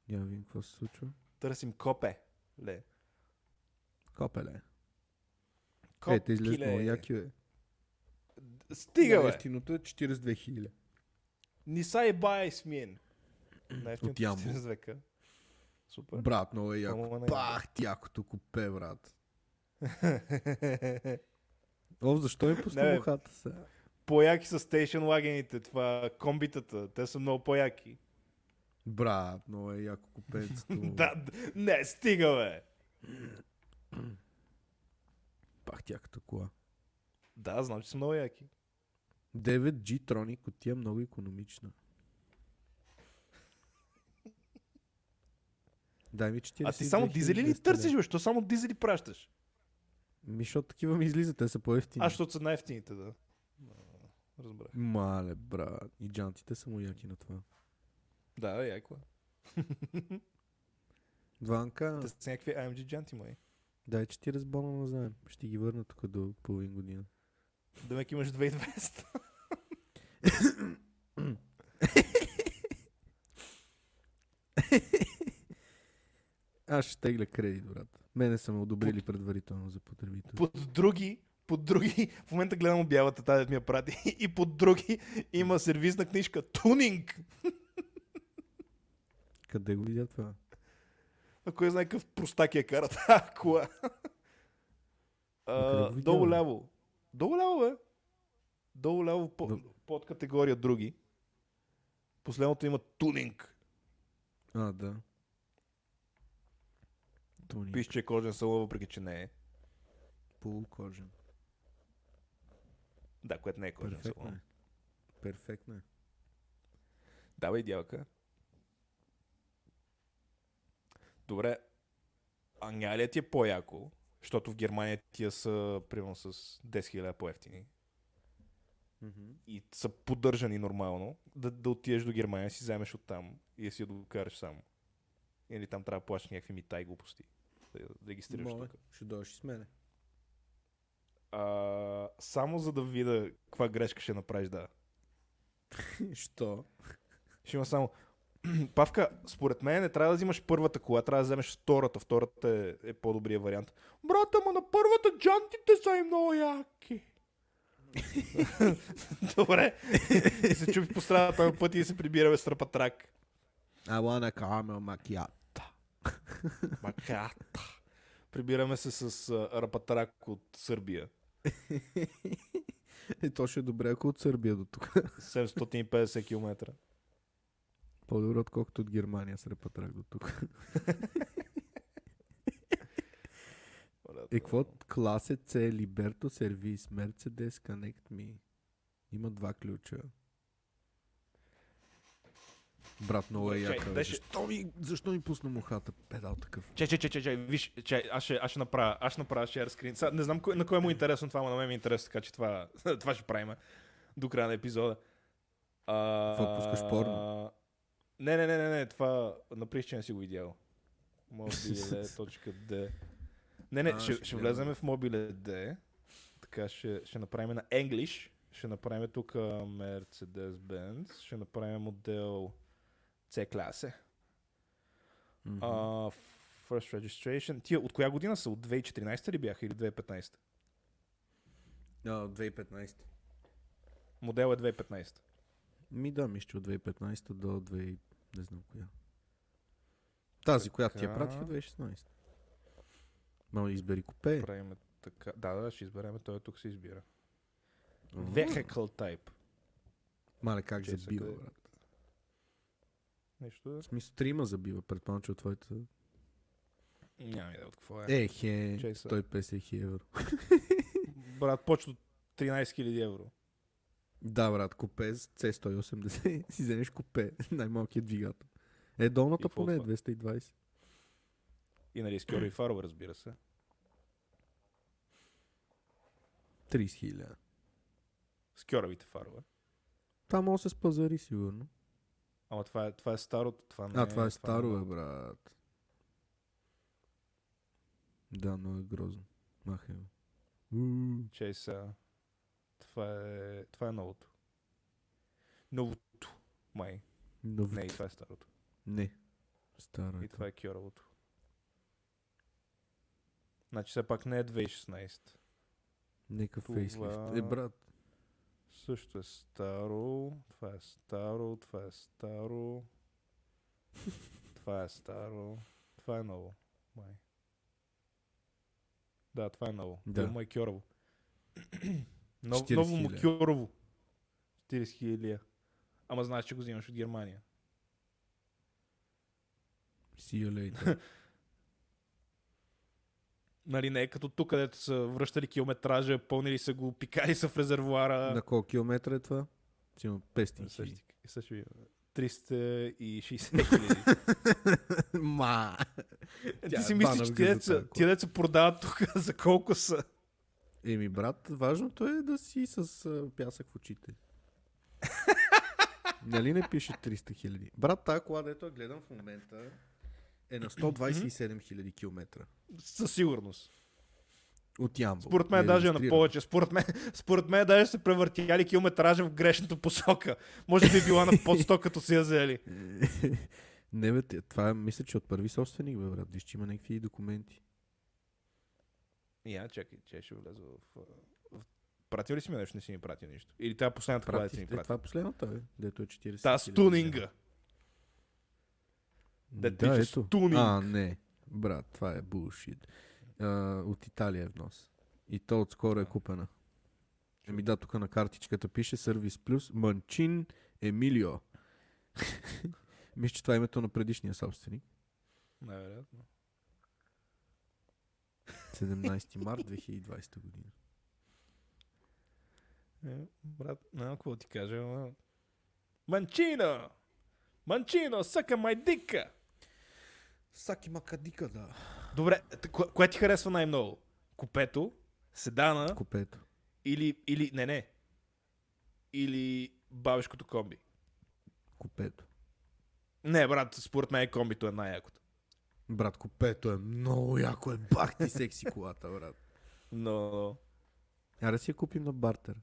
Я видим какво се случва.
Търсим копе. Ле.
Копеле.
Копкиле.
Е, те е? излизат много яки, бе.
Стига, бе.
Ефтиното е 42 хиляди.
Не са и бай смин. Най-ефтиното
От Ямбол.
40 века. Супер.
Брат, много е
Ама
яко.
не е.
Пах, ти якото купе, брат. О, защо ми
Не,
пусна
бе.
ухата сега?
по-яки са стейшн лагените, това комбитата. Те са много по-яки.
Брат, много е яко купенцето.
Да, д- не, стига, бе.
Пах ти якото кола.
Да, знам, че са много яки.
9 G-Tronic, котия е много економична. Дай ми 40.
А ти само дизели ли
нали?
търсиш, бе? Що само дизели пращаш?
Ми, защото такива ми излизат, те са по-ефтини.
А, защото са най-ефтините, да. А, Разбрах.
Мале, брат. И джантите са му яки на това.
Да, бе, яко. е.
Дванка,
Те са някакви AMG джанти, май.
дай 40 бона назаем. Ще ти ги върна тук до половин година.
Демек имаш 2200.
Аз ще тегля кредит, брат. Мене са ме одобрили предварително за потребител.
Под други, под други, в момента гледам обявата, тази ми я прати, и под други има сервизна книжка Тунинг.
Къде го видя това?
А кой е знае какъв простак я кара тази кола.
къде
А,
го видя,
долу
бе?
ляво. Долу ляво, бе. Долу ляво по,
Дол-
под категория други. Последното има тунинг.
А, да. Тони.
Пише, че е кожен салон, въпреки че не е.
Полукожен.
Да, което не е кожен
Перфектно
салон.
е. Перфектно е.
Давай дялка. Добре. Ангалия ти е по-яко, защото в Германия тия са примерно с 10 000 по-ефтини. и са поддържани нормално, да, да отидеш до Германия, си вземеш оттам и да си я докараш сам. Или там трябва да плащаш някакви мита и глупости. Да я регистрираш
Моля,
тук.
ще дойдеш и с мене.
А, само за да видя каква грешка ще направиш, да.
Що?
Ще има само... Павка, според мен не трябва да взимаш първата кола, трябва да вземеш втората. Втората е, е по-добрия вариант. Брата, ма на първата джантите са и много яки. Добре. и се чупи по страната на пъти и се прибираме с тръпатрак.
I wanna caramel macchiato.
Маката. Прибираме се с а, рапатрак от Сърбия.
Е, то ще е добре, ако от Сърбия до тук.
750 км.
По-добре, отколкото от Германия с репатрак до тук. Е, какво от класе C, Liberto Service, Mercedes Connect Me? Има два ключа. Брат, много е
Чай,
яка. бе.
беше-
Защо ми, защо ми пусна мухата? Педал такъв.
Чай, чай, чай, чай, чай, виж, чай, аз ще, аз ще направя, аз ще направя share screen. Сега, не знам кой, на кой му е интересно това, но на мен ми е интересно, така че това, това ще правим до края на епизода. А,
Какво, пускаш порно?
Не, не, не, не, не, това наприш, че не си го видял. Мобиле, точка D. Не, не,
А,
ще,
ще
ще
гледам.
влеземе в мобиле D. Така ще, ще направим на English. Ще направим тук а, Mercedes-Benz. Ще направим модел C-класе.
Мгм.
А, first registration. Тия от коя година са? От 2014 ли бяха или 2015?
А, 2015.
Модел е 2015.
Ми да, мисля, че от 2015 до 2... не знам коя. Тази, която ти я пратих е
Така.
2016. Мама, избери купе.
Правиме така. Да, да, ще изберем. Той тук се избира.
Ага.
Vehicle type.
Мале, как
Чай,
забива,
сега.
брат.
Нещо да...
В смисъл, трима забива, предполагам, че от твоята...
Няма идея от какво е.
Е, хе,
Чай сега.
150 хи евро.
Брат, почва от 13 000 евро.
Да, брат, купе с C180 си вземеш купе, най-малкият двигател. Е, долната
И какво
поне е
от това?
220.
И нали, с кьори и фарове, разбира се.
30 хиляди.
С кьоравите фарове.
Там може да се спазари, сигурно.
Ама това е, това е старото. Това не
А, това е старо,
не
бе, брат. Да, но е грозно. Махай го. Уу.
Чай сега. Това е, това е новото. Новото. Май.
Но в-
Не, и това е старото.
Не. Старо е.
И
това.
това е кьоравото. Значи все пак не е 2016.
Нека
това-
фейслифт. Е, брат.
Също е старо. Това е старо. Това е старо. това е старо. Това е ново. Май. Да, това е ново.
Да.
Да. Му е кьорово. Нов,
40
ново му
000.
кьорово. 40 хиляди. Ама знаеш, че го взимаш от Германия.
See you later.
Нали не е като тук, където са връщали километража, пълнили са го, пикали са в резервуара.
На колко километра е това? Сигурно 500
Не се
хиляди.
ще- не се ще видя. 360 хиляди.
Ма!
Ти
Тя
си
е
мислиш,
банът
че
в
тия
гъзата,
деца,
ако-
тия деца продават тук за колко са.
Еми, брат, важното е да си с а, пясък в очите. нали не пише 300 хиляди? Брат, тази кола, дето я гледам в момента, е на 127 хиляди километра.
Със сигурност.
От Ямбол.
Според мен даже е на
Нерегистриран.
повече. Според мен, според мен даже се превъртяли километража в грешната посока. Може би е била на под 100, като си я взели.
Не, бе, те- това е, мисля, че от първи собственик, бе, брат. Виж, че има някакви документи.
Я, чакай, че ще влезе в... в- Пратил ли си ми нещо? Не си ми пратил нищо. Или тази последната кола да си
Прати,
ми
е,
пратил.
това е последната, бе. Дето е 40.
Та
хиляди.
стунинга. Да
Да,
тича
ето.
стунинг.
А, не. Брат, това е булшит. От Италия е внос. И то отскоро е купена. Ами да, тук на картичката пише Сервис Плюс Манчин Емилио. Мисля, че това е името на предишния собственик.
Невероятно.
17 март 2020 година.
Е, брат, не знам какво да ти кажа, ама... Манчино! Манчино, съка майдика!
Саки Макадика, да.
Добре, е, т- кое, кое ти харесва най-много? Купето, седана
Купето.
или, или... Не, не. Или бабешкото комби.
Купето.
Не, брат, според мен комбито е най-якото.
Брат, купето е много яко е. Бах ти секси колата, брат.
Но...
А да си я купим на бартер.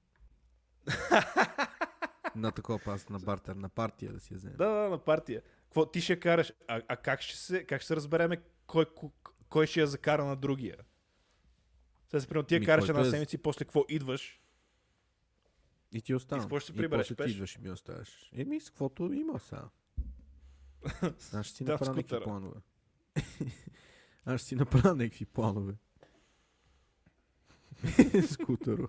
на такова пас, на бартер, на партия да си я вземем.
Да, да, на партия. Какво ти ще караш? А, а как, ще се, как ще се разбереме кой, ку- кой ще я закара на другия? Сега се примерно ти я
Ми,
караш
който
една
е-
седмица и после какво идваш?
И ти оставам.
И с какво ще се
и
прибереш,
после ти
пеш?
идваш и ми оставаш. Еми, с каквото има сега. Аз ще си
Да, в
направя някакви
скутера.
планове. Аз ще си направя някакви планове. Скутеро.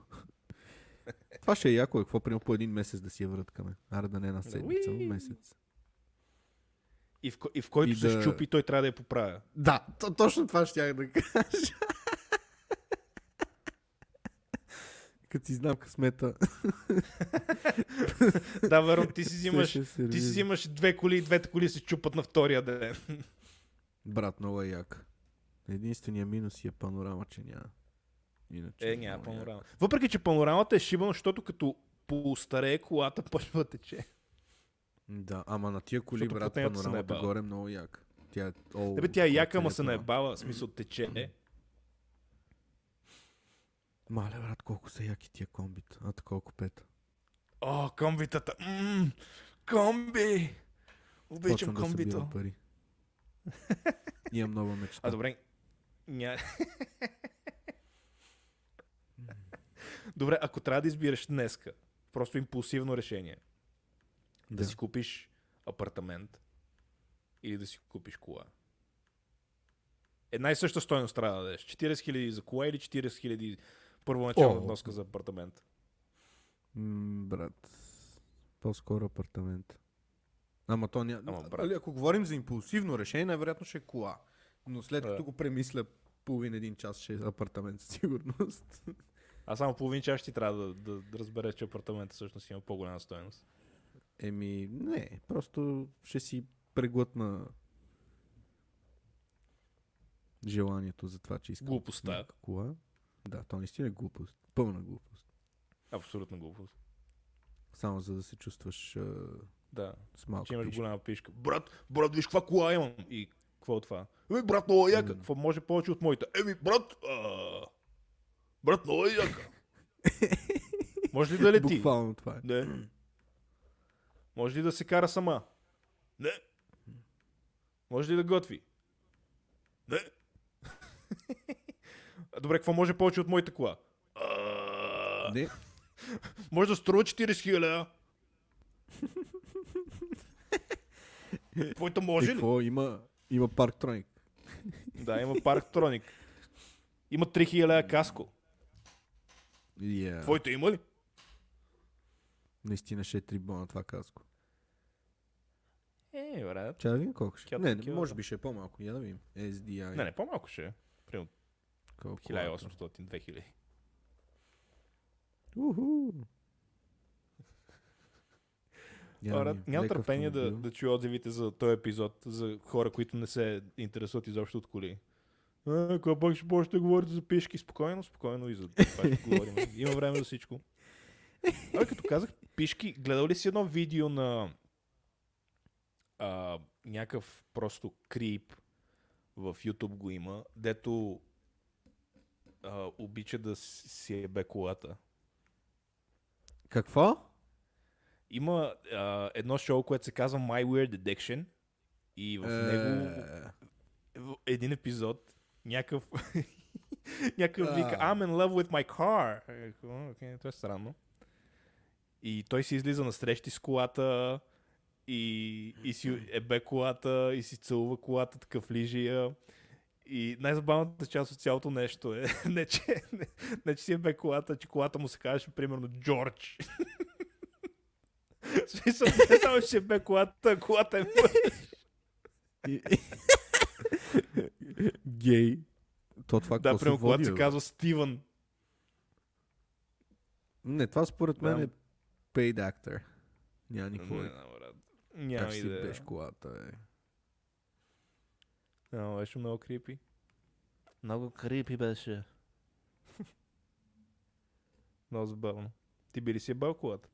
Това ще е яко, е. какво примерно по един месец да си я връткаме. Аре да не една седмица, но
уи.
месец.
И в, ко- и в който
И
се
да-
щупи, той трябва да я поправя.
Да, то, точно това щях да кажа. Като си знам късмета.
да, верно, ти си взимаш,
ще
ти
се
си
реализира.
взимаш две коли и двете коли се чупат на втория ден.
Брат, много е як. Единствения минус си е панорама, че няма. Иначе
Е,
е
няма
много як.
панорама. Въпреки, че панорамата е шибана, защото като поостарее колата, почва да тече.
Да, ама на тия коли,
Защото
брат,
под нея се
панорамата
наебава.
горе е много як. Тя е... О,
Не бе, тя е яка,
колко
ма
е
се
панорама.
наебава, в смисъл тече.
Мале, брат, колко са яки тия комбита. А такова купета.
О, комбитата. М, комби! Обичам
Почвам да
комбито.
събирам пари. Имам нова мечта.
а, добре. Ня... добре, ако трябва да избираш днеска, просто импулсивно решение, да,
Да.
си купиш апартамент или да си купиш кола. Една и съща стоеност трябва да дадеш. 40 хиляди за кола или 40 хиляди първоначална
О.
вноска за апартамент.
М, брат, по-скоро апартамент. Ама то ня...
Ама,
Ама,
брат.
Ако говорим за импулсивно решение, най-вероятно ще е кола. Но след
Да.
като го премисля половин един час, ще е апартамент със сигурност.
А само половин час ще ти трябва да, да, да разбереш, че апартаментът всъщност има по-голяма стоеност.
Еми, не, просто ще си преглътна желанието за това, че искам
Глупостта.
някаква кола. Да, то наистина е глупост. Пълна глупост.
Абсолютна глупост.
Само за да се чувстваш а,
Да.
с малко
Че имаш
пишка.
голяма пишка. Брат, брат, виж каква кола имам. И какво е това? Еми, брат, много е яка.
М.
Какво може повече от моята? Еми, брат, а... брат, много е яка. може ли да лети?
Буквално това е.
Не. Може ли да се кара сама? Не. Може ли да готви? Не. А, Добре, какво може повече от моята кола? А...
Не,
Може да струва 40 хиляда. Твоята може ли?
какво има, има парктроник.
Да, има парктроник. Има 3000 каско.
Yeah.
Твоята има ли?
Наистина ще е трибона това каско.
Е, брат.
Чай да видим колко ще.
Тя
Не, не,
такива,
може
да.
би ще е по-малко. Я да видим. SDI.
Не, не, по-малко ще е. Примерно
колко е.
1800-2000.
Уху. Я да
Брат,
видим.
Нямам
Лек
търпение да,
е. автомобил.
да чуя отзивите за този епизод, за хора, които не се интересуват изобщо от коли. А, кога пък ще почнете да говорите за пишки? Спокойно, спокойно и за това ще говорим. Има време за всичко. Абе, като казах пишки, гледал ли си едно видео на а, някакъв просто крип в YouTube го има, дето а, обича да с- си ебе колата.
Какво?
Има а, едно шоу, което се казва My Weird Addiction и в него
Е,
в един епизод някакъв някакъв вика I'm in love with my car. И ако, Окей, това е странно. И той си излиза на срещи с колата и, и си ебе колата и си целува колата, такъв лижи я. И най-забавната част от цялото нещо е не, че, не, не, че си ебе колата, че колата му се казваше примерно Джордж. В смисъл, не само ще бе колата, а колата е
Гей. То това
Да,
какво се
примерно
води,
когато се
бе?
казва Стивън.
Не, това според мен
Да.
е paid actor. Няма никакво.
Не,
Не,
знам, брат.
как
Няма
си
идея.
беше колата, е.
Ама беше много крипи.
Много крипи беше.
Много забавно. Ти би ли си ебал колата?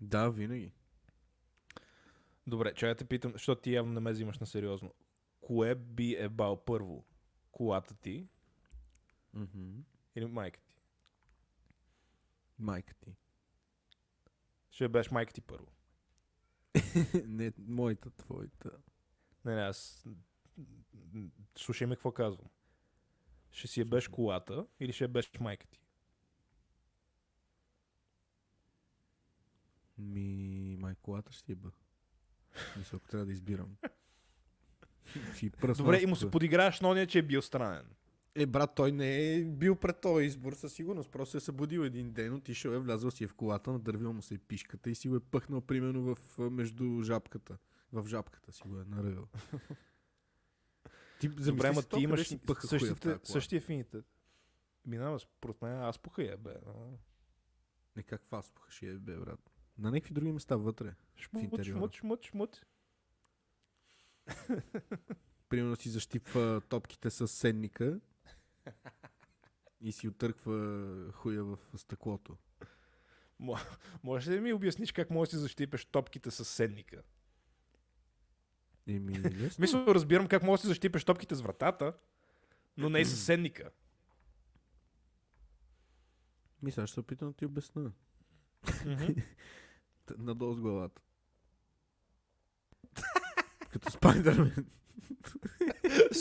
Да, винаги.
Добре, чай да те питам, защото ти явно не ме взимаш на сериозно. Кое би ебал първо? Колата ти
Мгм.
или майка ти?
Майка ти.
Ще беше майка ти първо.
не, моята, твоята.
Не, не, аз... Слушай ме какво казвам. Ще си ебеш колата или ще ебеш майка ти?
Ми, май колата ще я бъ. Мисля, ако трябва да избирам. Ще й пръсна
Добре,
аз
и му се
тук.
подиграваш на ония, че е бил странен.
Е, брат, той не е бил пред този избор със сигурност. Просто се е събудил един ден, отишъл е, влязъл си е в колата, надървил му се е пишката и си го е пъхнал примерно в, а, между жабката. В жабката си го е наръвил. Ти
Добре,
замисли
ма
си то,
ти
къде
имаш
си пъха хуя в
същите,
тази кола.
същия фините. Минава, според мен, аз пуха я, бе.
Не, как вас пъха ще е, бе, брат. На някакви други места вътре.
Шмут,
интериора.
шмут, шмут, шмут.
Примерно си защипва топките с сенника и си отърква хуя в стъклото.
Може ли да ми обясниш как можеш да си защипеш топките с седника?
Еми,
В
лесно.
смисъл, разбирам как можеш да си защипеш топките с вратата, но не и с седника.
Мисля, аз ще се опитам да ти обясна. Т- Надолу с главата. Като Спайдермен.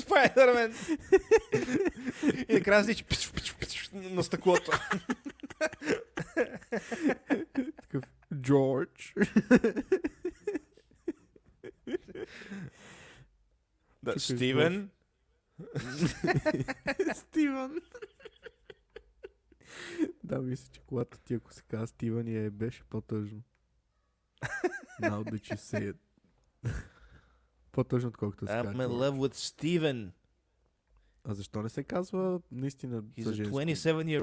Спайдермен! И накрая си пиш, пиш, пиш, на стъклото.
Такъв Джордж.
Да,
Чакай,
Стивен.
Стивън. да, мисля, че колата ти, ако се казва Стивън, я е беше по-тъжно. Now that you say it. по-тъжно, отколкото да се
I'm
казва.
in
кола.
love with Steven.
А защо не се казва наистина
He's
за
a
женско?
27-year-old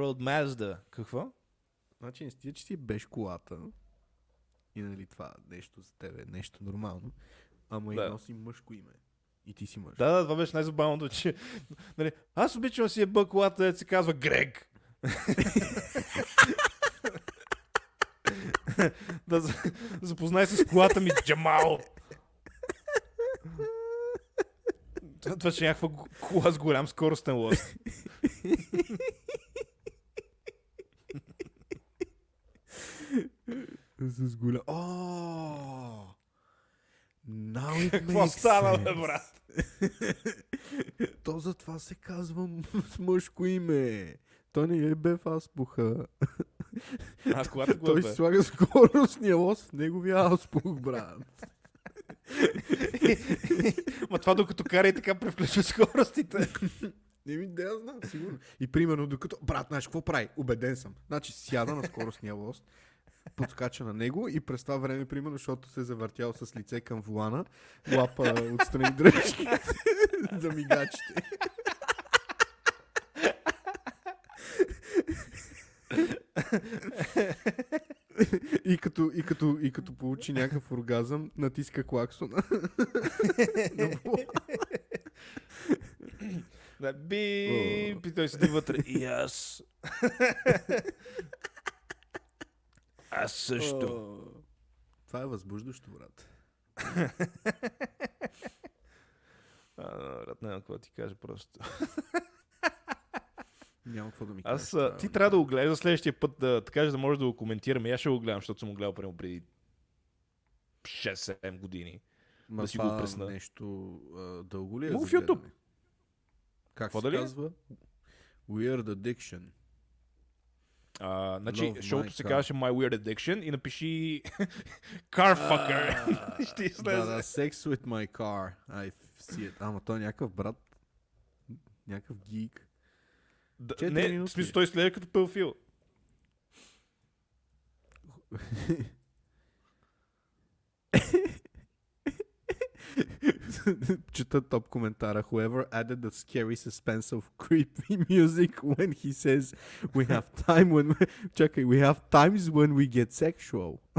Mazda.
Какво?
Значи не стига, че си беше колата и нали това нещо за тебе е нещо нормално, ама
Да.
и носи мъжко име. И ти си мъж.
Да, да, това беше най-забавното, че... Нали, аз обичам да си еба колата, дето се казва Грег. да, за- запознай се с колата ми, Джамал. Това- Това ще е някаква г- кола с голям скоростен лост.
С голям... О! Now it
Какво
makes
стана, бе,
sense.
брат?
То затова се казва м- с мъжко име. Той не е бе в азбуха.
А колата го е,
Той
бе.
си слага скоростния лос в неговия азбух, брат.
Ма това докато кара и така превключва скоростите.
Не ми да я знам, сигурно. И примерно, докато... Брат, знаеш какво прави? Убеден съм. Значи сяда на скоростния лост, подскача на него и през това време, примерно, защото се е завъртял с лице към вулана, лапа отстрани дръжки за мигачите. И като, и, като, и като получи някакъв оргазъм, натиска клаксона. На вулана.
Да, би, и той седи вътре.
И аз... аз също.
Това е възбуждащо, брат.
А, брат, не, какво да ти кажа просто.
Няма какво да ми кажеш.
Аз, а, ти трябва да го гледаш за следващия път, да, така че да можеш да го коментираме. Аз ще го гледам, защото съм го гледал примерно преди 6-7 години.
Ма
да си го
това
пресна.
нещо а, дълго ли е
Му
за
в YouTube.
гледане? Как
Какво
се
дали е?
казва? Weird Addiction.
А, значи,
Love my
шоуто се
car.
казваше My Weird Addiction и напиши Carfucker. Ще
Да,
излезе.
да, Sex with my car. I see it. Ама той е някакъв брат. Някакъв гик.
Да,
Четири
не, в
минути.
смисъл той изглежда като пълфил.
Чета топ коментара. Whoever added the scary suspense of creepy music when he says we have time when we... Чакай, we have times when we get sexual.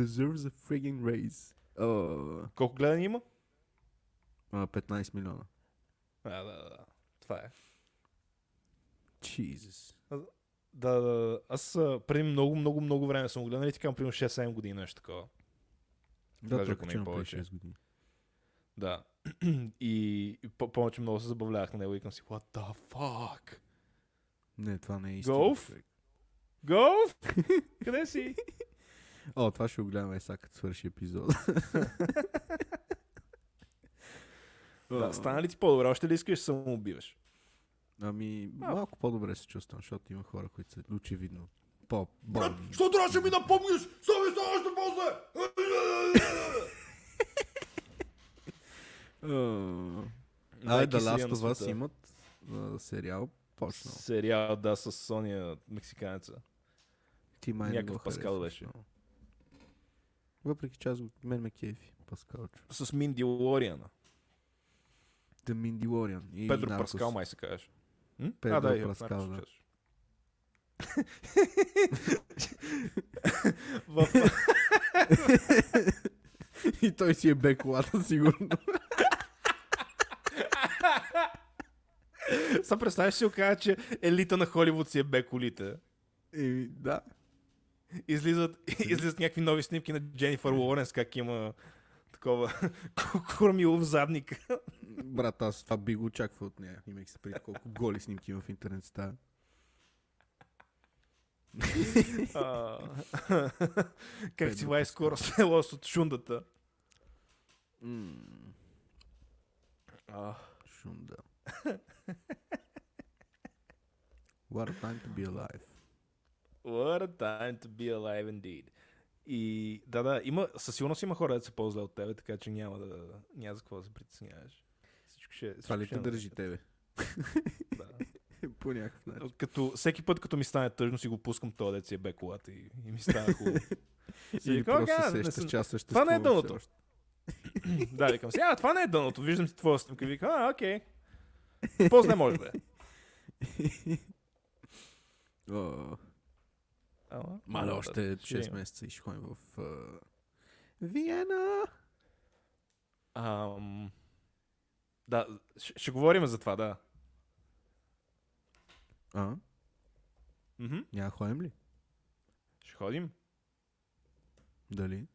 Deserves a frigging raise. Oh.
Колко гледани има?
А, 15 милиона.
А, да, да, да. Това е.
Jesus.
Да, да, да. Аз а, преди много, много, много време съм го гледал, нали ти казвам, примерно 6-7 години, нещо такова.
Да,
Даже
той
ако не
качено
повече.
6 години.
Да. и и по- повече много се забавлявах на него и към си, what the fuck?
Не, това не е истина.
Голф?
човек.
Голф? Къде си?
О, това ще го гледаме сега, като свърши епизод.
да, стана ли ти по-добре? Още ли искаш да се самоубиваш?
Ами, малко по-добре се чувствам, защото има хора, които са очевидно по болни
Що трябваше ми да помниш? Що ми става още после?
А, да, Last of Us имат а, сериал, почнал.
Сериал, да, с Соня, мексиканеца.
Ти май не
Някакъв
го
Паскал
харесваш
беше.
много. Въпреки че аз го- мен ме кефи, Паскалчо.
С Минди Лориана.
The Mandalorian и
Педро
Наркос.
Паскал май се казваш. М?
Педро
а, да, и
Паскал,
Наркос
да.
се казваш. В-
и той си е бе колата, сигурно.
Сега представяш си окажа, че елита на Холивуд си е бе колите.
Еми, да.
Излизат, излизат някакви нови снимки на Дженнифър Лоренс, как има такова кормило в задника.
Брат, аз това би го очаквал от нея, имайки се преди колко голи снимки има в интернет стая.
А, как си вай скоро село с от шундата. А,
Шунда. What a time to be alive.
What a time to be alive indeed. И да, да, има, със сигурност има хора, да се ползват от тебе, така че няма да няма за какво да се притесняваш. Всичко ще, всичко
Това ли
ще
те
е
държи
наред.
тебе?
Да.
По някакъв начин.
Като, всеки път, като ми стане тъжно, си го пускам този дет си е бе колата и, и ми става хубаво. Си
Или
викам,
просто
«Ага,
се
не
сещаш,
съм-
че аз съществувам
Това не е
все
дъното.
още.
да, викам си, а, това не е дъното, виждам си твоя снимка и викам, а, окей. После не може да е.
О,
Ама,
Мале,
да,
още
да, ще
6
има.
месеца и ще ходим в... а, Виена!
Ам, да, ще, ще говорим за това, да.
А?
Мгм.
Няма да ходим ли?
Ще ходим.
Дали?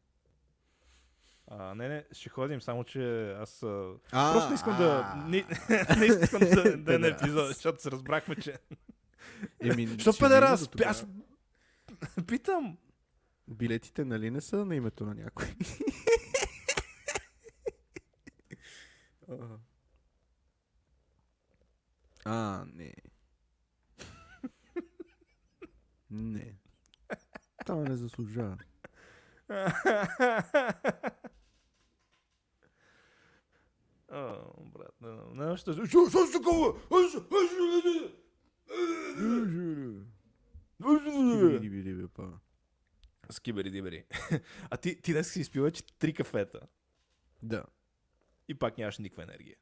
А, не, не, ще ходим, само че аз... А...
А,
Просто не искам да...
а.
Не, не искам да, да е на
Педерас.
епизод, защото се разбрахме, че...
Еми, ще
Що
видим
педерас?
до тогава.
Аз... Питам.
Билетите нали не са на името на някой? а, не. Не. Това не заслужава.
О, брат, не, не, не, ще... Що, що си такова? Аз- аз- аз- аз- аз- С кибери дибери. А ти, ти днес си изпила, че три кафета
Да.
и пак нямаш никаква енергия.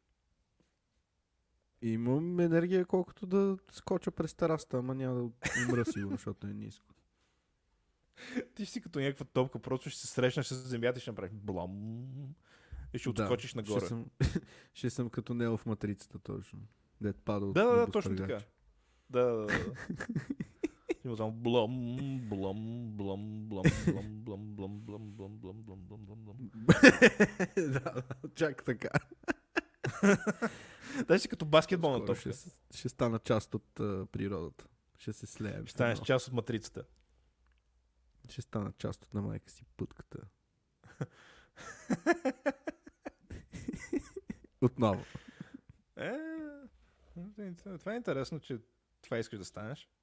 Имам енергия колкото да скоча през тераста, ама няма да умра сигурно, защото е ниско.
Ти ще си като някаква топка, просто ще се срещнеш с земята и ще направиш блам. И ще
Да,
отскочиш нагоре.
Ще съм, ще съм като Нео в матрицата точно. Дед пада от
Да, да, да, точно
небостъргач.
така. Да, да, да. да. Има само блам, блам, блам, блам, блам, блам, блам, блам, блам, блам, блам, блам, блам, блам.
да, да, чак така.
Да, Даже като баскетболна
Скоро
топка.
ще, с- ще стана част от а, природата. Ще се слеем.
Ще станеш
с
част от матрицата.
едно. ще стана част от на майка си пътката. Отново.
Е, това е интересно, че това искаш да станеш.